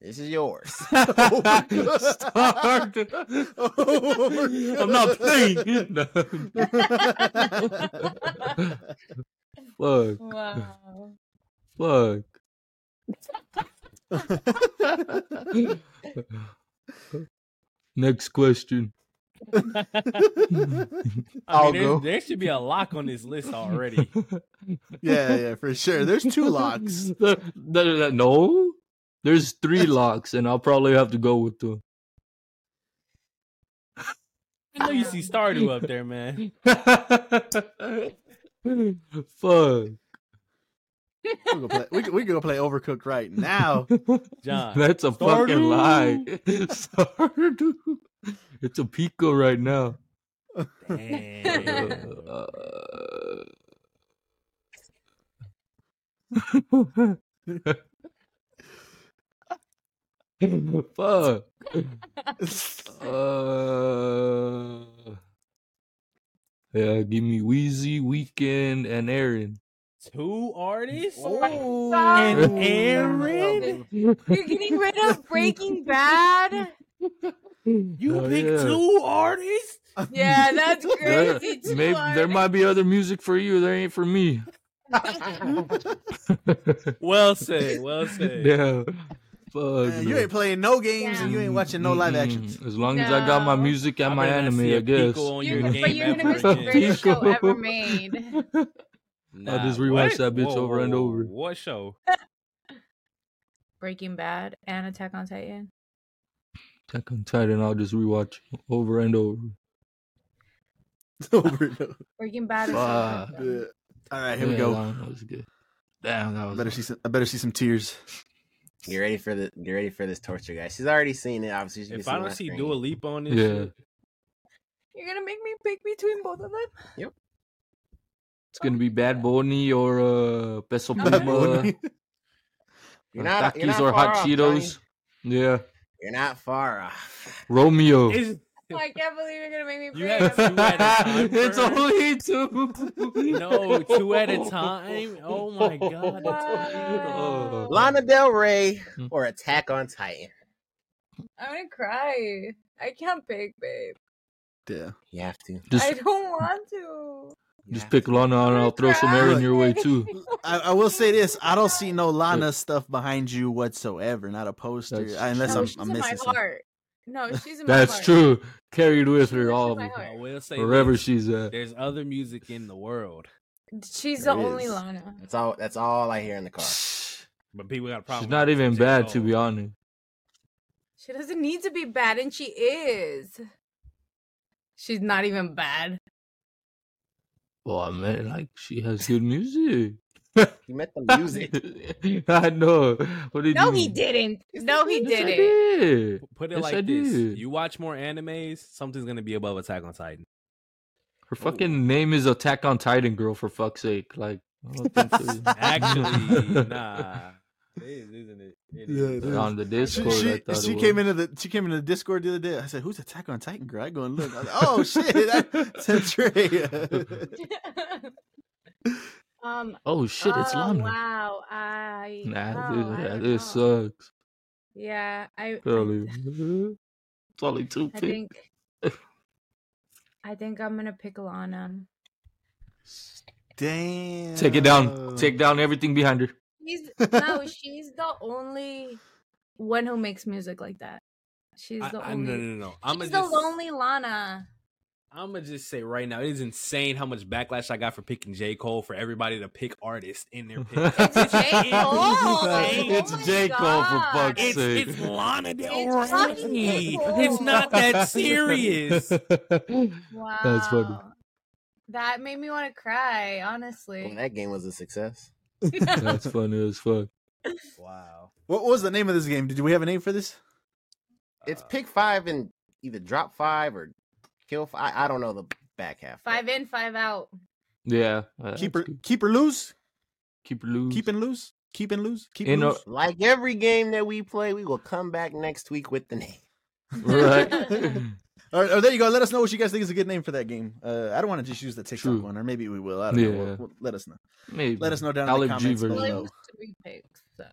S1: This is yours.
S2: Oh my God.
S3: Start.
S2: Oh my
S3: I'm not
S2: God.
S3: playing. No. Fuck.
S4: wow.
S3: Fuck. Next question.
S6: I
S1: I'll
S6: mean, there's-
S1: go.
S6: there should be a lock on this list already.
S2: yeah, yeah, for sure. There's two locks.
S3: Th- th- th- no, there's three locks, and I'll probably have to go with two.
S6: know you see Stardew up there, man.
S3: Fuck.
S2: We could go play, we could, we could go play Overcooked right now.
S6: John.
S3: That's a fucking lie. Stardew. It's a pico right now.
S6: Damn.
S3: Fuck. Uh, yeah, give me Wheezy, Weekend, and Aaron.
S6: Two artists?
S4: Oh.
S6: And
S4: Ooh.
S3: Oh,
S6: Aaron?
S4: You're getting rid of Breaking Bad?
S6: You
S3: Oh,
S6: pick
S3: yeah.
S6: two artists?
S4: Yeah, that's
S3: Yeah,
S4: crazy. Two
S3: maybe there
S4: artists.
S3: might be other music for you. There ain't for me.
S6: Well said. Well said.
S3: yeah. Fuck.
S2: Man,
S3: no.
S2: you ain't playing no games and you ain't watching no live
S3: Mm-mm.
S2: actions.
S3: As long as I got my
S4: No.
S3: music and
S6: I
S3: my
S6: better not
S3: anime,
S6: see a
S3: I guess.
S6: pickle on
S4: You're
S6: your
S4: gonna-
S6: game
S4: but you're gonna
S6: ever
S4: miss the
S6: again.
S4: greatest show
S3: Pico.
S4: ever made.
S3: I'll just rewatch that bitch over and over.
S6: What show?
S4: Breaking Bad and Attack on Titan.
S3: Attack on Titan, I'll just rewatch over and over.
S2: Overdose.
S4: Breaking Bad is so
S3: Fuck.
S4: good. though.
S2: All right, here we
S3: Yeah,
S2: go.
S3: That one was good. Damn, that
S2: I
S3: was
S2: better see some. I better see some tears.
S1: Get ready for the get ready for this torture, guys. She's already seen it. Obviously, she can
S6: If I
S1: it on
S6: don't see
S1: screen.
S6: Dua Lipa on this,
S3: Yeah.
S6: shit,
S4: You're gonna make me pick between both of them?
S3: It's gonna be Bad Bunny or uh, Peso
S4: Bad
S2: Bad
S4: Okay.
S3: Pluma,
S2: Bunny.
S1: You're
S3: or
S1: not- you're
S3: Takis
S1: not far
S3: or Hot
S1: off,
S3: Cheetos. Yeah,
S1: You're not far off.
S3: Romeo.
S6: it's-
S4: Oh, I can't believe you're gonna make me
S6: You
S4: pick.
S6: had two at a time
S3: it's
S6: first.
S3: only two.
S6: no, two at a time. Oh my god. that's-
S4: Wow.
S1: Lana Del Rey
S3: Hmm.
S1: or Attack on Titan.
S4: I'm gonna cry. I can't pick, babe.
S2: Yeah.
S1: You have to. You
S4: I
S3: Just,
S4: don't want to.
S1: have
S3: just pick Lana and I'll throw some air in your way too.
S2: I, I will say this: I don't see no Lana stuff behind you whatsoever. Not a poster,
S3: That's
S2: I- unless
S4: no,
S2: I'm,
S4: she's
S2: I'm
S4: in
S2: missing.
S4: my
S2: something.
S4: heart. No, she's in my heart.
S3: That's true. Carried with her
S4: She's
S3: all
S4: in my heart.
S6: I will say
S3: wherever
S6: this,
S3: she's at.
S6: there's other music in the world,
S4: She's
S2: There
S4: the only
S2: is.
S4: Lana.
S1: That's all. That's all I hear in the car.
S6: but people got a problem.
S3: She's not
S6: with it.
S3: even
S6: It's
S3: bad to
S6: old.
S3: be honest.
S4: She doesn't need to be bad, and she is. She's not even bad.
S3: Well, I meant like she has good music.
S1: You met the music.
S3: I know. What did
S4: No,
S3: you
S4: he
S3: mean?
S4: didn't. No, he
S3: Yes, I
S4: didn't.
S3: did.
S6: Put it
S3: Yes,
S6: like
S3: I
S6: this:
S3: did.
S6: you watch more animes, something's gonna be above Attack on Titan.
S3: Her fucking name is Attack on Titan, girl. For fuck's sake, like. I don't think so.
S6: Actually, nah, it is, isn't it? It
S2: Yeah, it
S6: is.
S3: But on the
S2: She,
S3: Discord, I
S2: she,
S3: thought
S2: she
S3: it
S2: came
S3: was.
S2: into the she came into the Discord the other day. I said, "Who's Attack on Titan?" Girl, I go and look. I was like, oh shit, that's Andrea.
S4: um.
S3: Oh shit! It's
S4: oh,
S3: Lana.
S4: Wow. I.
S3: Nah,
S4: oh,
S3: this,
S4: I
S3: yeah,
S4: don't
S3: this
S4: know.
S3: sucks.
S4: Yeah, I. I-
S3: Really.
S2: Mm-hmm.
S3: It's only two
S4: I
S3: picks.
S4: think. I think I'm gonna pick Lana.
S2: Damn.
S3: Take it down. Take down everything behind her.
S4: She's no, she's the only one who makes music like that. She's
S6: I,
S4: the
S6: I,
S4: only.
S6: no, no, no, no. I'm
S4: she's
S6: gonna
S4: the
S6: just,
S4: lonely Lana.
S6: I'm gonna just say right now, it is insane how much backlash I got for picking J Cole for everybody to pick artists in their pick.
S4: It's J.
S3: It's
S4: Cole. Oh my
S3: J. Cole, for
S4: God.
S3: fuck's
S6: It's,
S3: sake.
S6: it's Lana Del Rey.
S4: It's fucking J. Cole.
S6: It's not that serious.
S4: Wow.
S3: That's funny.
S4: That made me want to cry, honestly.
S1: Well, that game was a success.
S3: That's funny as fuck.
S6: Wow.
S2: What was the name of this game? Did we have a name for this?
S1: It's pick five and either drop five or kill five. I don't know the back half. but
S4: five in, five out.
S3: Yeah. uh,
S2: Keep
S3: that's
S2: her,
S3: good.
S2: keep her loose,
S3: Keep her loose.
S2: keep and loose, keep and loose, keep
S3: In
S2: and
S3: a-
S2: loose.
S1: Like every game that we play, we will come back next week with the name.
S3: Right.
S2: All right, oh, there you go. Let us know what you guys think is a good name for that game. Uh, I don't want to just use the TikTok
S3: True.
S2: one, or maybe we will. I don't know.
S3: Yeah.
S2: We'll- we'll- let us know.
S3: Maybe.
S2: Let us know down in
S3: Alec
S2: the
S3: G
S2: comments
S3: version.
S4: well, it
S2: below.
S4: was three picks, so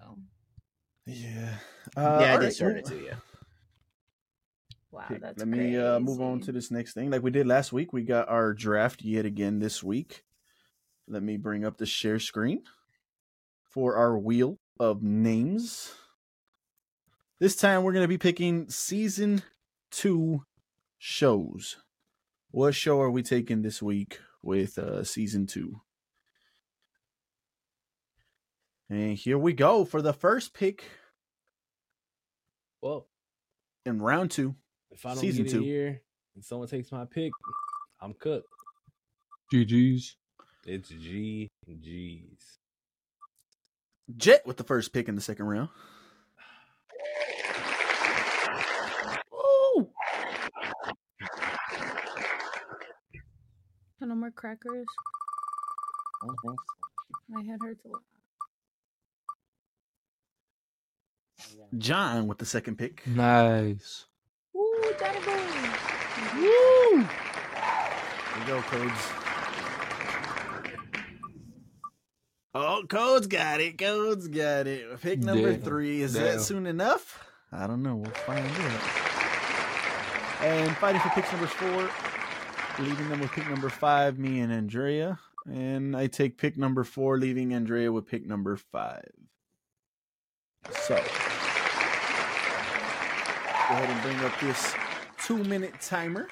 S2: Yeah.
S1: yeah,
S2: Uh,
S1: I
S2: all right,
S1: did short it
S2: well,
S1: too. Yeah.
S4: wow,
S2: okay,
S4: that's
S2: Let me uh, move on to
S4: crazy.
S2: this next thing. Like we did last week, we got our draft yet again this week. Let me bring up the share screen for our wheel of names. This time we're going to be picking season two shows. What show are we taking this week with uh, season two? And here we go for the first pick
S6: Well,
S2: in round two.
S6: if I don't
S2: Season
S6: get
S2: two.
S6: it here, If someone takes my pick, I'm cooked.
S3: GG's.
S6: It's G G's.
S2: Jet with the first pick in the second round. Ooh.
S4: No more crackers.
S2: Oh,
S4: My head hurts a lot.
S2: John with the second pick.
S3: Nice.
S4: Ooh, Johnny Boy.
S2: There you go, Codes. Oh, Codes got it. Codes got it. Pick number
S3: Damn.
S2: three. Is
S3: Damn.
S2: that soon enough? I don't know. We'll find out. And fighting for picks number four, leaving them with pick number five, me and Andrea. And I take pick number four, leaving Andrea with pick number five. So, go ahead and bring up this two minute timer.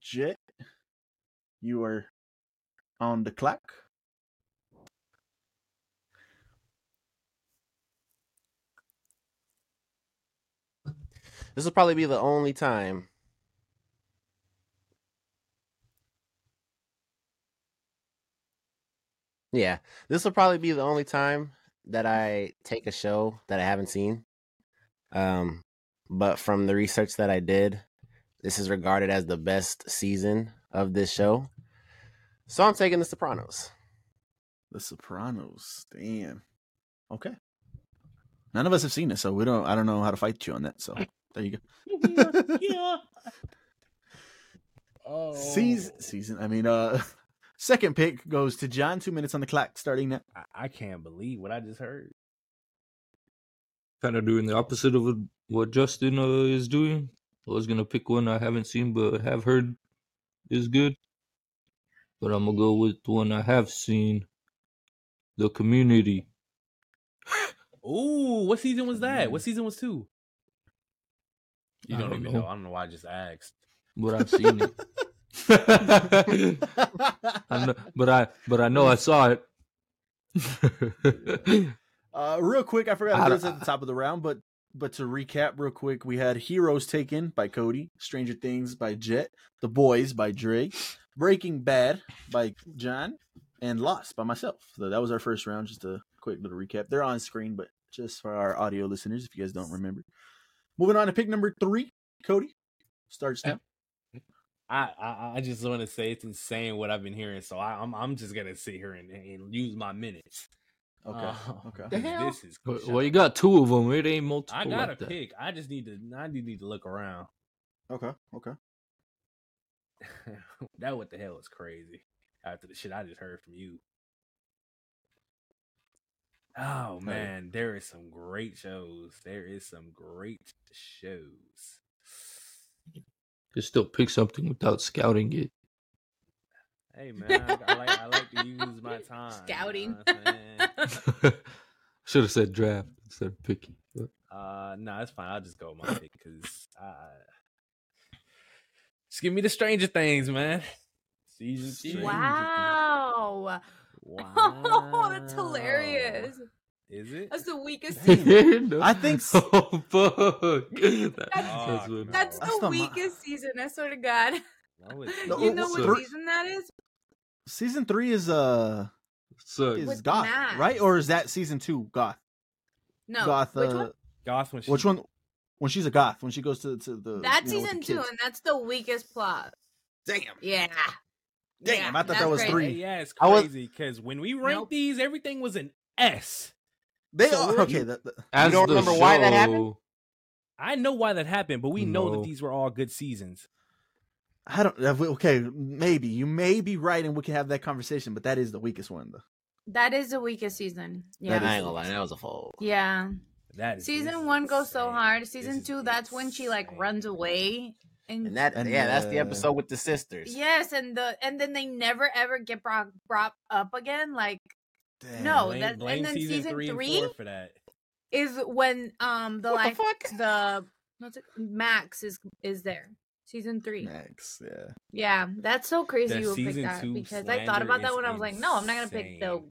S2: Jet, you are on the clock.
S1: This will probably be the only time. Yeah, this will probably be the only time that I take a show that I haven't seen. Um, but from the research that I did, this is regarded as the best season of this show. So I'm taking The Sopranos.
S2: The Sopranos. Damn. Okay. None of us have seen it, so we don't. I don't know how to fight you on that. So there you go.
S6: Oh,
S2: season, season. I mean, uh, second pick goes to John. Two minutes on the clock, starting now.
S6: I, I can't believe what I just heard.
S3: Kind of doing the opposite of what- what Justin uh, is doing. I was gonna pick one I haven't seen but have heard is good, but I'm gonna go with the one I have seen. The Community.
S6: Ooh, what season was that? What season was two? You
S3: I
S6: don't,
S3: don't know.
S6: even know. Mm-hmm. I don't know why I just asked.
S3: But I've seen it. I know, but I but I know I saw it.
S2: Uh, real quick, I
S3: I
S2: forgot to do
S3: don't-
S2: this at the top of the round, but but to recap real quick, we had Heroes Taken by Cody, Stranger Things by Jet, The Boys by Drake, Breaking Bad by John, and Lost by myself. So that was our first round. Just a quick little recap. They're on screen, but just for our audio listeners, if you guys don't remember. Moving on to pick number three, Cody starts now.
S6: I, I I just want to say it's insane what I've been hearing. So I, I'm I'm just gonna sit here and, and use my minutes.
S2: Okay,
S6: Uh,
S2: okay.
S6: because This is
S3: Well,
S6: shut
S3: well, you
S6: up.
S3: got two of them. It ain't multiple.
S6: I got
S3: like
S6: a
S3: that.
S6: pick. I just need to. I do need to look around.
S2: Okay, okay.
S6: that what the hell is crazy after the shit I just heard from you. Oh man, there is some great shows. There is some great shows.
S3: Could still pick something without scouting it.
S6: Hey man, I, I like I like to use my time.
S4: Scouting.
S6: You know what I'm saying?
S3: Should have said draft instead of picking. but-
S6: Uh, no, that's fine. I'll just go with my pick because I just give me the Stranger Things, man. Season two.
S4: Wow.
S6: wow,
S4: Oh, that's hilarious.
S6: Is it?
S4: That's the weakest season.
S3: No.
S2: I think s-
S3: Oh fuck! That-
S6: Fuck,
S3: that's what-
S6: no.
S2: That's
S4: That's the
S2: not my-
S4: weakest season, I swear to God.
S6: No, it's
S2: No,
S6: not.
S4: you know what
S3: so-
S4: season that is?
S2: Season three is uh
S3: sucks.
S2: is
S4: With
S2: goth,
S4: Max.
S2: right? Or is that season two goth?
S4: No.
S2: goth.
S4: Which
S2: uh,
S4: one?
S6: Goth when she-
S2: Which one? When she's a goth, when she goes to to the
S4: That's
S2: you know, with the
S4: season two,
S2: kids.
S4: and that's the weakest plot.
S2: Damn,
S4: Yeah.
S2: damn!
S4: Yeah,
S2: I thought that
S4: that's
S2: was
S4: crazy.
S6: Hey,
S2: three.
S6: yeah, it's
S1: I was-
S6: crazy because when we ranked
S4: Nope.
S6: these, everything was an S.
S2: They
S6: So
S2: are
S6: we're-
S2: okay. That, that-
S3: As
S1: don't
S3: the
S1: remember why that happened?
S3: show-
S6: I know why that happened, but we know
S3: No.
S6: that these were all good seasons.
S2: I don't. that- Okay, maybe you may be right, and we can have that conversation. But that is the weakest one. Though.
S4: That is the weakest season. Yeah.
S2: is-
S1: I ain't gonna lie, that was a fold.
S4: yeah.
S6: That is, this
S4: Season
S6: is
S4: one goes so
S6: insane.
S4: hard.
S6: This
S4: Season
S6: is
S4: two, that's when she like
S6: insane.
S4: runs away. And,
S1: And that,
S2: And,
S1: yeah, that's the
S2: uh,
S1: episode with the sisters.
S4: yes, and the and then they never ever get brought brought up again. Like
S2: Damn.
S4: No,
S6: Blame-
S4: that's- and
S6: blame
S4: then season
S6: and
S4: three?
S6: four for that.
S4: is when um the
S1: What the
S4: life
S1: fuck?
S4: the what's it, Max is is there. Season three.
S2: Max. Yeah.
S4: Yeah, that's so crazy
S6: The
S4: you would pick
S6: season
S4: that
S6: two
S4: because I thought
S6: slander
S4: about that
S6: is
S4: when I was like, no, I'm not gonna pick the
S6: insane.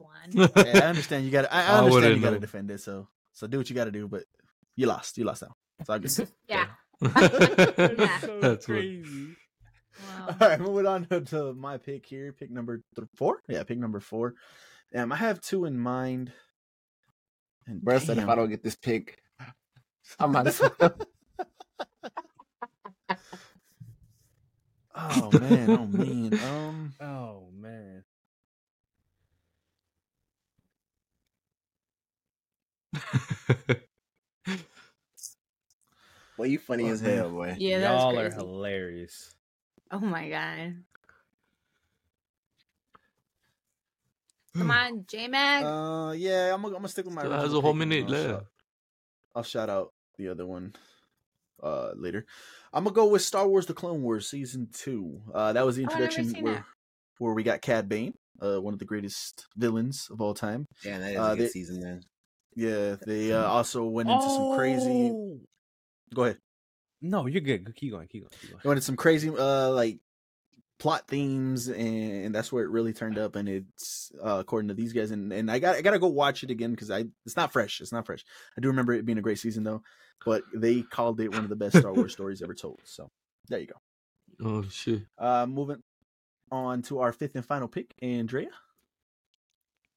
S4: one.
S2: Yeah, I understand you got. to I, I
S3: I
S2: understand
S3: wouldn't
S2: you got to
S3: know.
S2: defend it. So so do what you got to do. But you lost. You lost now. So I guess.
S4: Yeah.
S3: That's
S5: So
S3: what-
S5: crazy.
S4: Wow.
S2: All right, moving on to, to my pick here. Pick number th- four. Yeah, pick number four. Um, I have two in mind. And
S1: Bro, I said if
S2: damn.
S1: I don't get this pick, I'm out of
S2: oh man, oh man. Um,
S5: Oh man.
S1: Well, you funny
S2: Oh,
S1: as
S2: man.
S1: hell, boy.
S4: Yeah, that's
S5: Y'all are
S4: crazy.
S5: hilarious.
S4: oh my god.
S3: Hmm.
S4: Come on, J Mag.
S2: uh, yeah, I'm gonna, I'm gonna stick with my.
S3: Still has
S2: original
S3: a whole
S2: pick and
S3: minute
S2: I'll shout-
S3: left.
S2: I'll shout out the other one uh later. I'm gonna go with Star Wars: The Clone Wars Season Two. Uh, that was the
S4: Oh, I never
S2: introduction
S4: seen
S2: where
S4: that.
S2: where we got Cad Bane, uh, one of the greatest villains of all time.
S1: Damn, that is
S2: Uh,
S1: a good
S2: they-
S1: season then.
S2: Yeah, they
S3: Hmm.
S2: uh, also went into some crazy.
S5: Oh!
S2: Go ahead.
S5: No, you're good. Go- Keep going. Keep going. Keep
S2: They
S5: going.
S2: went into some crazy uh like plot themes, and, and that's where it really turned up. And it's uh, according to these guys, and, and I got I gotta go watch it again because I it's not fresh. It's not fresh. I do remember it being a great season though, but they called it one of the best Star Wars stories ever told. So there you go.
S3: oh shit.
S2: Uh, moving on to our fifth and final pick, Andrea.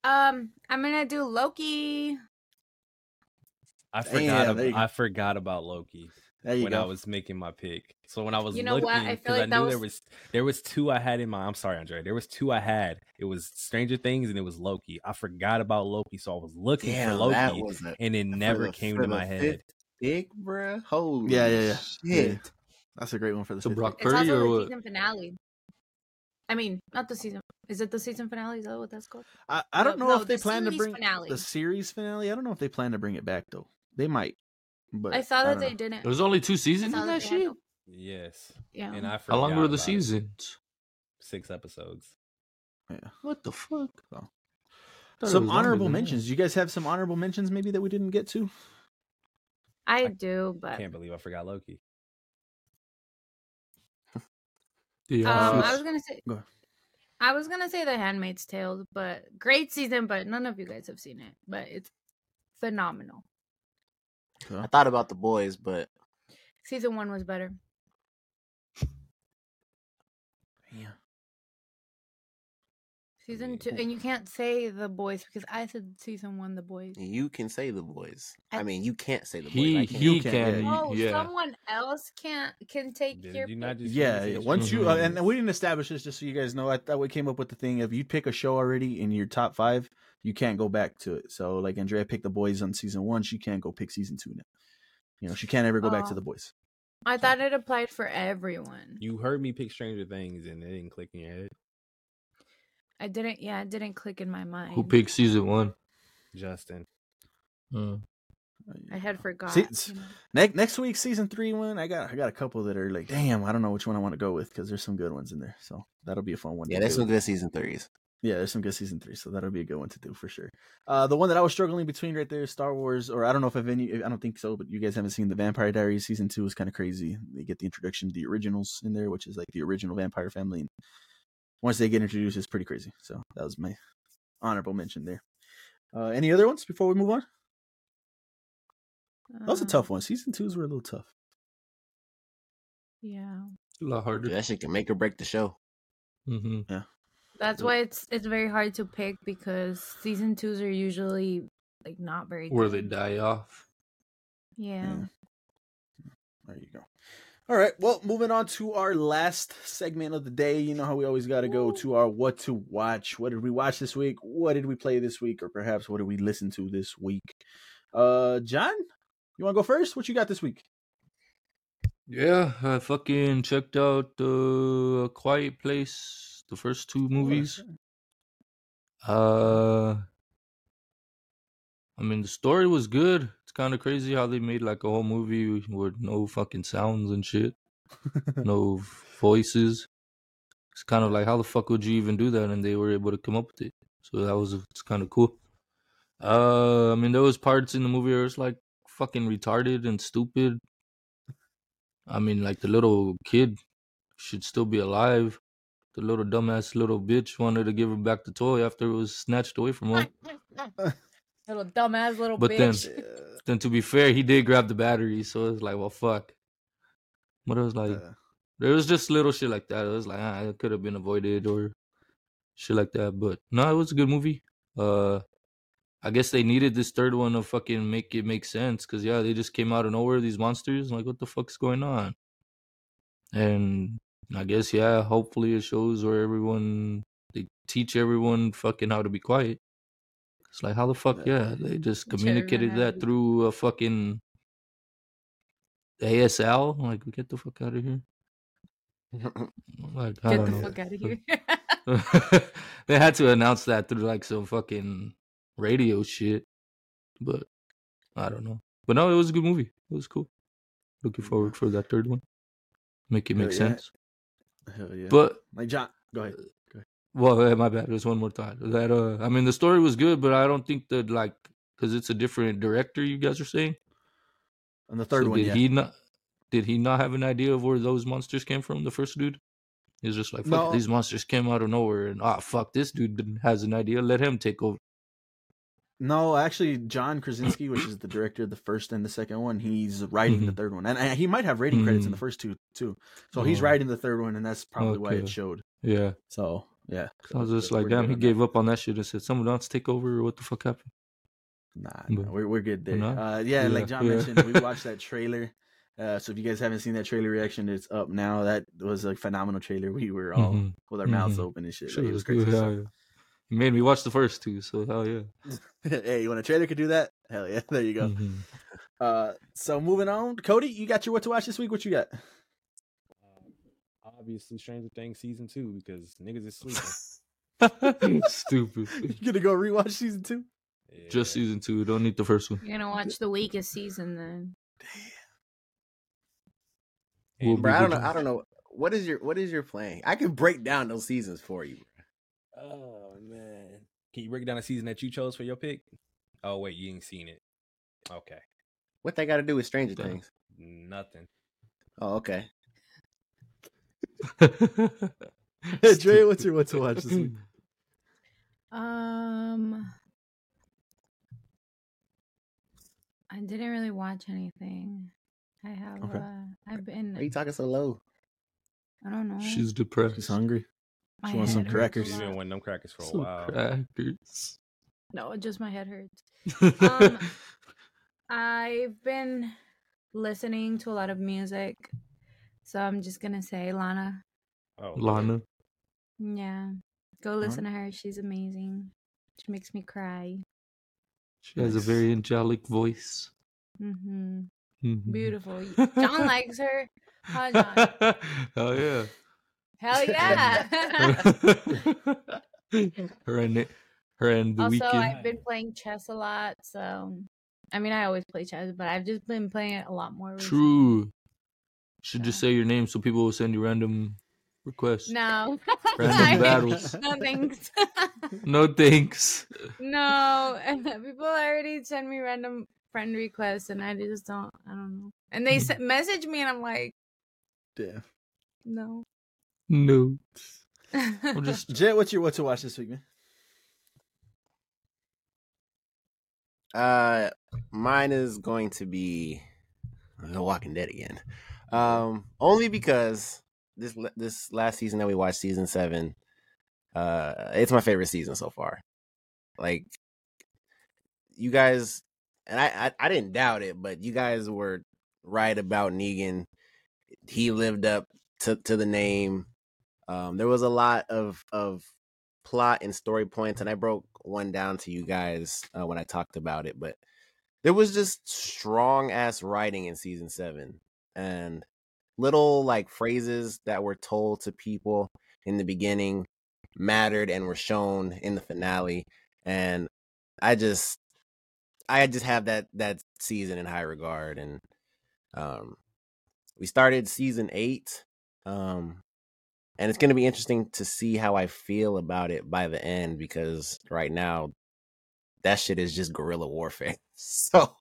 S4: Um, I'm gonna do Loki.
S5: I
S2: Damn,
S5: forgot. ab-
S2: there you go.
S5: I forgot about Loki
S2: There you
S5: when
S2: go.
S5: I was making my pick. So when I was
S4: You know
S5: looking,
S4: what? I feel
S5: 'cause
S4: like that
S5: knew
S4: was-
S5: there was there was two I had in mind. I'm sorry, Andre. There was two I had. It was Stranger Things and it was Loki. I forgot about Loki, so I was looking for
S1: Damn,
S5: Loki,
S1: that was a
S5: and it
S1: for
S5: never
S1: the-
S5: came
S1: for
S5: to
S1: the
S5: my head.
S1: fifth Pick, bro. Holy
S2: Yeah, yeah, yeah.
S1: shit.
S2: Yeah. That's a great one for the
S3: So
S2: fifth
S3: Brock
S2: pick.
S4: It's
S3: Curry
S4: also
S3: or
S4: the
S3: what?
S4: season finale. I mean, not the season. Is it the season finale? Is that what that's called?
S2: I, I don't
S4: No,
S2: know
S4: no,
S2: if they
S4: the
S2: plan to
S4: series
S2: bring
S4: finale.
S2: the series finale. I don't know if they plan to bring it back though. They might. But
S4: I saw that
S2: don't
S4: they
S2: know.
S4: didn't.
S3: There's only two
S4: I
S3: seasons
S4: saw
S3: in that
S4: they had
S3: shit.
S4: no-
S5: Yes,
S4: Yeah.
S5: and I forgot.
S3: How long were
S5: about
S3: the
S5: it.
S3: seasons?
S5: Six episodes.
S3: What the fuck?
S2: So.
S3: Thought it was
S2: Some
S3: longer
S2: honorable
S3: than that.
S2: mentions. You guys have some honorable mentions maybe that we didn't get to?
S4: I do,
S5: I
S4: but
S5: can't believe I forgot Loki.
S3: Yeah.
S4: um, I
S2: it's-
S4: was gonna say.
S2: Go.
S4: I was gonna say The Handmaid's Tale, but great season, but none of you guys have seen it. But it's phenomenal.
S1: I thought about the boys, but
S4: Season one was better.
S2: Yeah.
S4: Season two, and you can't say the boys because I said season one, the boys.
S1: you can say the boys. I
S4: I-
S1: mean, you can't say the boys.
S3: he
S1: I can't.
S3: he
S2: You can't,
S3: can.
S4: Oh,
S3: Yeah.
S4: someone else can't can take
S5: Did
S4: your.
S5: you not
S4: pick.
S5: just
S2: Yeah, yeah. Once you uh, and
S5: Mhm.
S2: we didn't establish this just so you guys know, I thought we came up with the thing if you pick a show already in your top five, you can't go back to it. So like Andrea picked the boys on season one, she can't go pick season two now. You know, she can't ever go back to
S4: Oh.
S2: the boys.
S4: I thought it applied for everyone.
S5: you heard me pick Stranger Things and it didn't click in your head.
S4: I didn't. Yeah, it didn't click in my mind.
S3: Who picked season one?
S5: Justin,
S3: Mm.
S4: I had forgot.
S2: it's-
S4: you know.
S2: Next Uh, next week, season three one. I got I got a couple that are like, damn, I don't know which one I want to go with because there's some good ones in there. So that'll be a fun one.
S1: Yeah,
S2: to
S1: that's
S2: do.
S1: some good season threes.
S2: Yeah, there's some good season three, so that'll be a good one to do for sure. Uh, the one that I was struggling between right there is Star Wars, or I don't know if I've any, I don't think so, but you guys haven't seen the Vampire Diaries season two is kind of crazy. They get the introduction to the originals in there, which is like the original vampire family. And once they get introduced, it's pretty crazy. So that was my honorable mention there. Uh, any other ones before we move on? That was a
S4: Um,
S2: tough one. Season twos were a little tough.
S4: Yeah,
S3: A lot harder.
S1: Dude, that shit can make or break the show.
S3: Mm-hmm.
S4: that's
S2: Yep.
S4: why it's it's very hard to pick because season twos are usually like not very.
S3: Where they
S4: good.
S3: die off.
S4: Yeah.
S2: Yeah. There you go. All right. Well, moving on to our last segment of the day. You know how we always got to go to our what to watch. What did we watch this week? What did we play this week? Or perhaps what did we listen to this week? Uh, John, you want to go first? What you got this week?
S3: Yeah, I fucking checked out uh, A Quiet Place, the first two movies. Uh, I mean, the story was good. It's kind of crazy how they made like a whole movie with no fucking sounds and shit, no voices. It's kind of like how the fuck would you even do that? And they were able to come up with it. So that was it's kind of cool. Uh, I mean, there was parts in the movie where it's like fucking retarded and stupid. I mean, like the little kid should still be alive. The little dumbass little bitch wanted to give her back the toy after it was snatched away from her.
S4: little dumbass little
S3: But then-
S4: bitch.
S2: Uh,
S3: Then, to be fair, he did grab the battery, so it's like, well, fuck. But it was like
S2: uh,
S3: there was just little shit like that. It was like ah, it could have been avoided or shit like that. But no, it was a good movie. Uh, I guess they needed this third one to fucking make it make sense. Cause yeah, they just came out of nowhere. These monsters, like what the fuck's going on? And I guess yeah, hopefully it shows where everyone they teach everyone fucking how to be quiet. It's like how the fuck yeah, they just
S4: Teach everyone
S3: communicated
S4: how to
S3: that
S4: be-
S3: through a fucking ASL. Like get the fuck out of here. Like, I
S4: Get
S3: don't
S4: the
S3: know.
S4: fuck out of here.
S3: they had to announce that through like some fucking radio shit. But I don't know. But no, it was a good movie. It was cool. Looking forward for that third one. Make it
S2: Mm-hmm. Hell
S3: make
S2: yeah.
S3: sense.
S2: hell yeah.
S3: But
S2: like John, go ahead.
S3: well, eh, my bad. There's one more thought. That uh, I mean, the story was good, but I don't think that like because it's a different director. You guys are saying
S2: On the third
S3: So
S2: one,
S3: Did
S2: yeah.
S3: he not? Did he not have an idea of where those monsters came from? The first dude. He was just like, fuck,
S2: No.
S3: these monsters came out of nowhere, and ah, fuck, this dude didn't- has an idea. Let him take over.
S2: No, actually, John Krasinski, which is the director of the first and the second one, he's writing the
S3: Mhm.
S2: third one, and and he might have rating credits in the
S3: Mm.
S2: first two too. So he's
S3: Oh.
S2: writing the third one, and that's probably why
S3: Okay.
S2: it showed.
S3: Yeah.
S2: So yeah,
S3: I
S6: uh,
S3: was just
S2: We're
S3: like,
S2: good
S3: damn,
S2: on
S3: he
S2: that.
S3: gave up on that shit and said, someone else take over, or what the fuck happened?
S2: Nah,
S3: But-
S2: nah, we're we're good there.
S3: We're not?
S2: Uh, yeah,
S3: Yeah,
S2: like John
S3: yeah.
S2: mentioned, we watched that trailer. Uh, so if you guys haven't seen that trailer reaction, it's up now. That was a phenomenal trailer. We were all
S3: Mhm.
S2: with our mouths
S3: Mhm.
S2: open and shit. Like,
S3: Shit
S2: it was
S3: was
S2: crazy.
S3: good,
S2: So-
S3: hell yeah. He made me watch the first two, so hell yeah.
S2: hey, when a trailer could do that, hell yeah, there you go.
S3: Mhm.
S2: Uh, so moving on, Cody, you got your what to watch this week? What you got?
S6: uh, Obviously, Stranger Things season two because niggas is sleeping.
S3: Mm-hmm. Stupid.
S2: you gonna go rewatch season two?
S3: Just season two. Don't need the first one.
S4: You're gonna watch the weakest season then.
S3: We'll
S1: Bro,
S3: be
S1: I don't know.
S3: vigilant.
S1: I don't know. What is your What is your plan? I can break down those seasons for you.
S6: oh man.
S5: Can you break down a season that you chose for your pick? Oh wait, you ain't seen it. Okay,
S1: What they got to do with Stranger
S3: Damn.
S1: Things?
S5: nothing.
S1: Oh, okay.
S2: Hey, Dre, what's your what to watch this week?
S4: Um I didn't really watch anything. I have
S2: Okay.
S4: uh I've been
S1: Why are you talking so low?
S4: I don't know.
S3: She's depressed.
S2: She's hungry.
S4: My
S2: she wants some
S4: head hurts a
S2: crackers.
S5: You've
S4: lot.
S5: been wanting them crackers for a
S3: Some
S5: while.
S3: crackers.
S4: No, just my head hurts. Um, I've been listening to a lot of music. So I'm just gonna say Lana.
S5: Oh,
S3: Lana.
S4: Yeah. Go listen to her. She's amazing. She makes me cry.
S3: She has a
S2: Nice.
S3: very angelic voice.
S4: hmm
S2: Mm-hmm.
S3: Mhm.
S4: Beautiful. Y- John likes her. Huh, John?
S3: Hell Oh, yeah.
S4: Hell yeah.
S3: her and it- her and the
S4: also,
S3: weekend.
S4: I've been playing chess a lot. So, I mean, I always play chess, but I've just been playing it a lot more. recently.
S3: True. Should just
S4: Yeah.
S3: say your name so people will send you random requests.
S4: No.
S3: Random
S4: Sorry.
S3: battles.
S4: No thanks.
S3: No thanks.
S4: no. People already send me random friend requests, and I just don't. I don't know. And
S3: Mm.
S4: they se- message me, and I'm like,
S2: Damn.
S4: no.
S3: No. I'm just
S2: Jay, what's your what to watch this week, man?
S1: Uh, mine is going to be The Walking Dead again. Um, only because this la- this last season that we watched, season seven, uh, it's my favorite season so far. Like, you guys, and I, I, I didn't doubt it, but you guys were right about Negan. He lived up to to the name. Um, there was a lot of of plot and story points, and I broke one down to you guys uh, when I talked about it. But there was just strong ass writing in season seven, and little like phrases that were told to people in the beginning mattered and were shown in the finale. And I just, I just have that that season in high regard. And um, we started season eight. Um, and it's going to be interesting to see how I feel about it by the end because right now that shit is just guerrilla warfare. So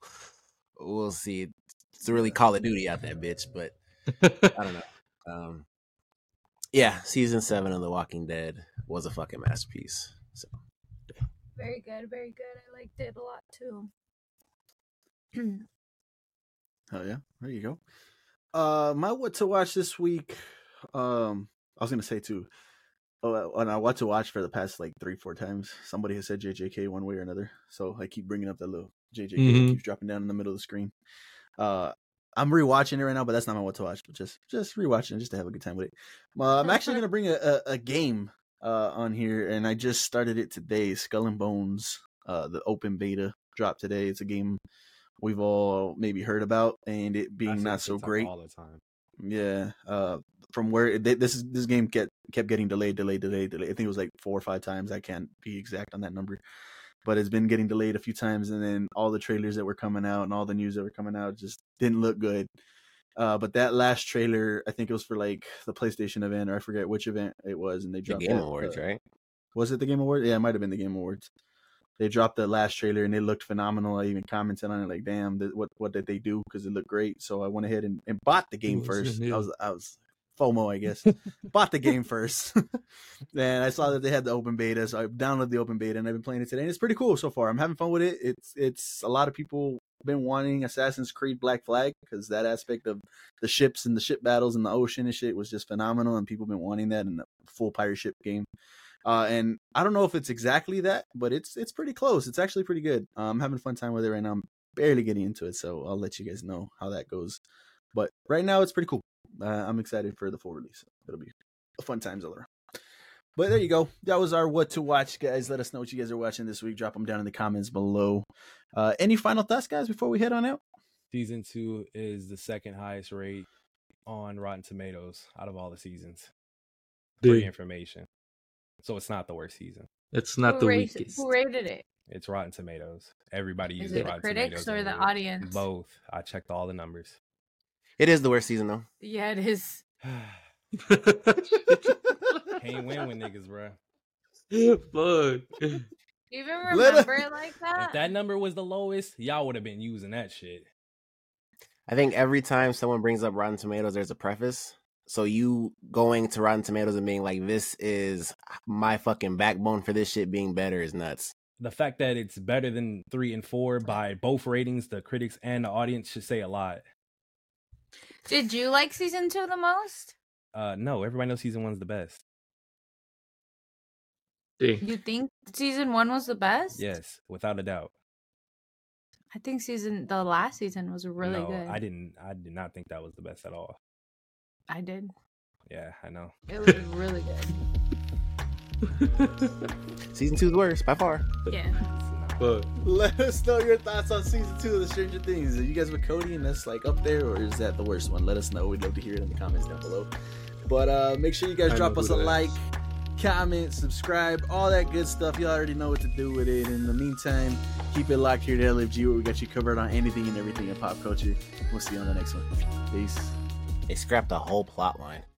S1: we'll see. It's really Call of Duty out that bitch, but I don't know. Um, yeah, season seven of The Walking Dead was a fucking masterpiece. So
S4: Very good, very good. I liked it a lot too.
S2: Hell yeah. There you go. Uh, my what to watch this week. Um, I was gonna say too. Oh, and I what to watch for the past like three, four times. Somebody has said JJK one way or another, so I keep bringing up that little JJK
S3: Mhm.
S2: that keeps dropping down in the middle of the screen. Uh, I'm rewatching it right now, but that's not my what to watch. But just just rewatching it just to have a good time with it. Uh, I'm actually gonna bring a, a, a game uh on here, and I just started it today. Skull and Bones, uh, the open beta dropped today. It's a game we've all maybe heard about, and it
S6: I
S2: being
S6: see
S2: not
S6: this
S2: so
S6: TikTok
S2: great.
S6: all the time.
S2: Yeah. Uh, from where it, this is, this game kept kept getting delayed, delayed, delayed, delayed. I think it was like four or five times. I can't be exact on that number, but it's been getting delayed a few times. And then all the trailers that were coming out and all the news that were coming out just didn't look good. Uh, but that last trailer, I think it was for like the PlayStation event, or I forget which event it was, and they
S1: The
S2: dropped
S1: Game
S2: that,
S1: Awards,
S2: uh,
S1: right?
S2: was it the Game Awards? Yeah, it might have been the Game Awards. They dropped the last trailer and it looked phenomenal. I even commented on it like, "Damn, th- what what did they do?" Because it looked great. So I went ahead and, and bought the game
S3: was
S2: first.
S3: in there.
S2: I was I was FOMO, I guess. bought the game first, and I saw that they had the open beta, so I downloaded the open beta and I've been playing it today. And it's pretty cool so far. I'm having fun with it. It's it's a lot of people been wanting Assassin's Creed Black Flag because that aspect of the ships and the ship battles in the ocean and shit was just phenomenal, and people been wanting that in a full pirate ship game. Uh, and I don't know if it's exactly that, but it's it's pretty close. It's actually pretty good. Uh, I'm having a fun time with it right now. I'm barely getting into it, so I'll let you guys know how that goes. But right now, it's pretty cool. Uh, I'm excited for the full release. It'll be a fun times all around. But there you go. That was our what to watch, guys. Let us know what you guys are watching this week. Drop them down in the comments below. Uh, any final thoughts, guys, before we head on out?
S6: Season two is the second highest rate on Rotten Tomatoes out of all the seasons. For your
S3: Dude,
S6: information. So it's not the worst season.
S3: that's not
S4: who
S3: the
S4: rated,
S3: weakest.
S4: Who rated it?
S6: It's Rotten Tomatoes. Everybody
S4: Is
S6: uses
S4: it the
S6: Rotten
S4: critics
S6: Tomatoes
S4: or the
S6: anyway.
S4: audience?
S6: Both. I checked all the numbers.
S1: It is the worst season though.
S4: Yeah, it is.
S6: Can't win with niggas, bro.
S3: Fuck.
S4: Do you even
S2: Let us-
S4: remember it like that?
S6: If that number was the lowest, y'all would have been using that shit.
S1: I think every time someone brings up Rotten Tomatoes, there's a preface. So you going to Rotten Tomatoes and being like, "This is uh, my fucking backbone for this shit being better," is nuts.
S6: The fact that it's better than three and four by both ratings, the critics and the audience should say a lot.
S4: Did you like season two the most?
S6: Uh no, everybody knows season one's the best.
S3: Dang.
S4: You think season one was the best?
S6: Yes, without a doubt.
S4: I think season the last season was really
S6: no,
S4: good.
S6: I didn't I did not think that was the best at all.
S4: I did.
S6: Yeah, I know.
S4: It was really good.
S1: Season two's worst by far.
S4: Yeah.
S3: Fuck.
S2: Let us know your thoughts on season two of The Stranger Things. Are you guys with Cody and that's like up there, or is that the worst one? Let us know. We'd love to hear it in the comments down below. But uh, make sure you guys
S3: I
S2: drop
S3: know
S2: us a
S3: who that
S2: like,
S3: is.
S2: comment, subscribe, all that good stuff. Y'all already know what to do with it. In the meantime, keep it locked here to LFG, where we got you covered on anything and everything in pop culture. We'll see you on the next one. Peace.
S1: They scrapped the whole plot line.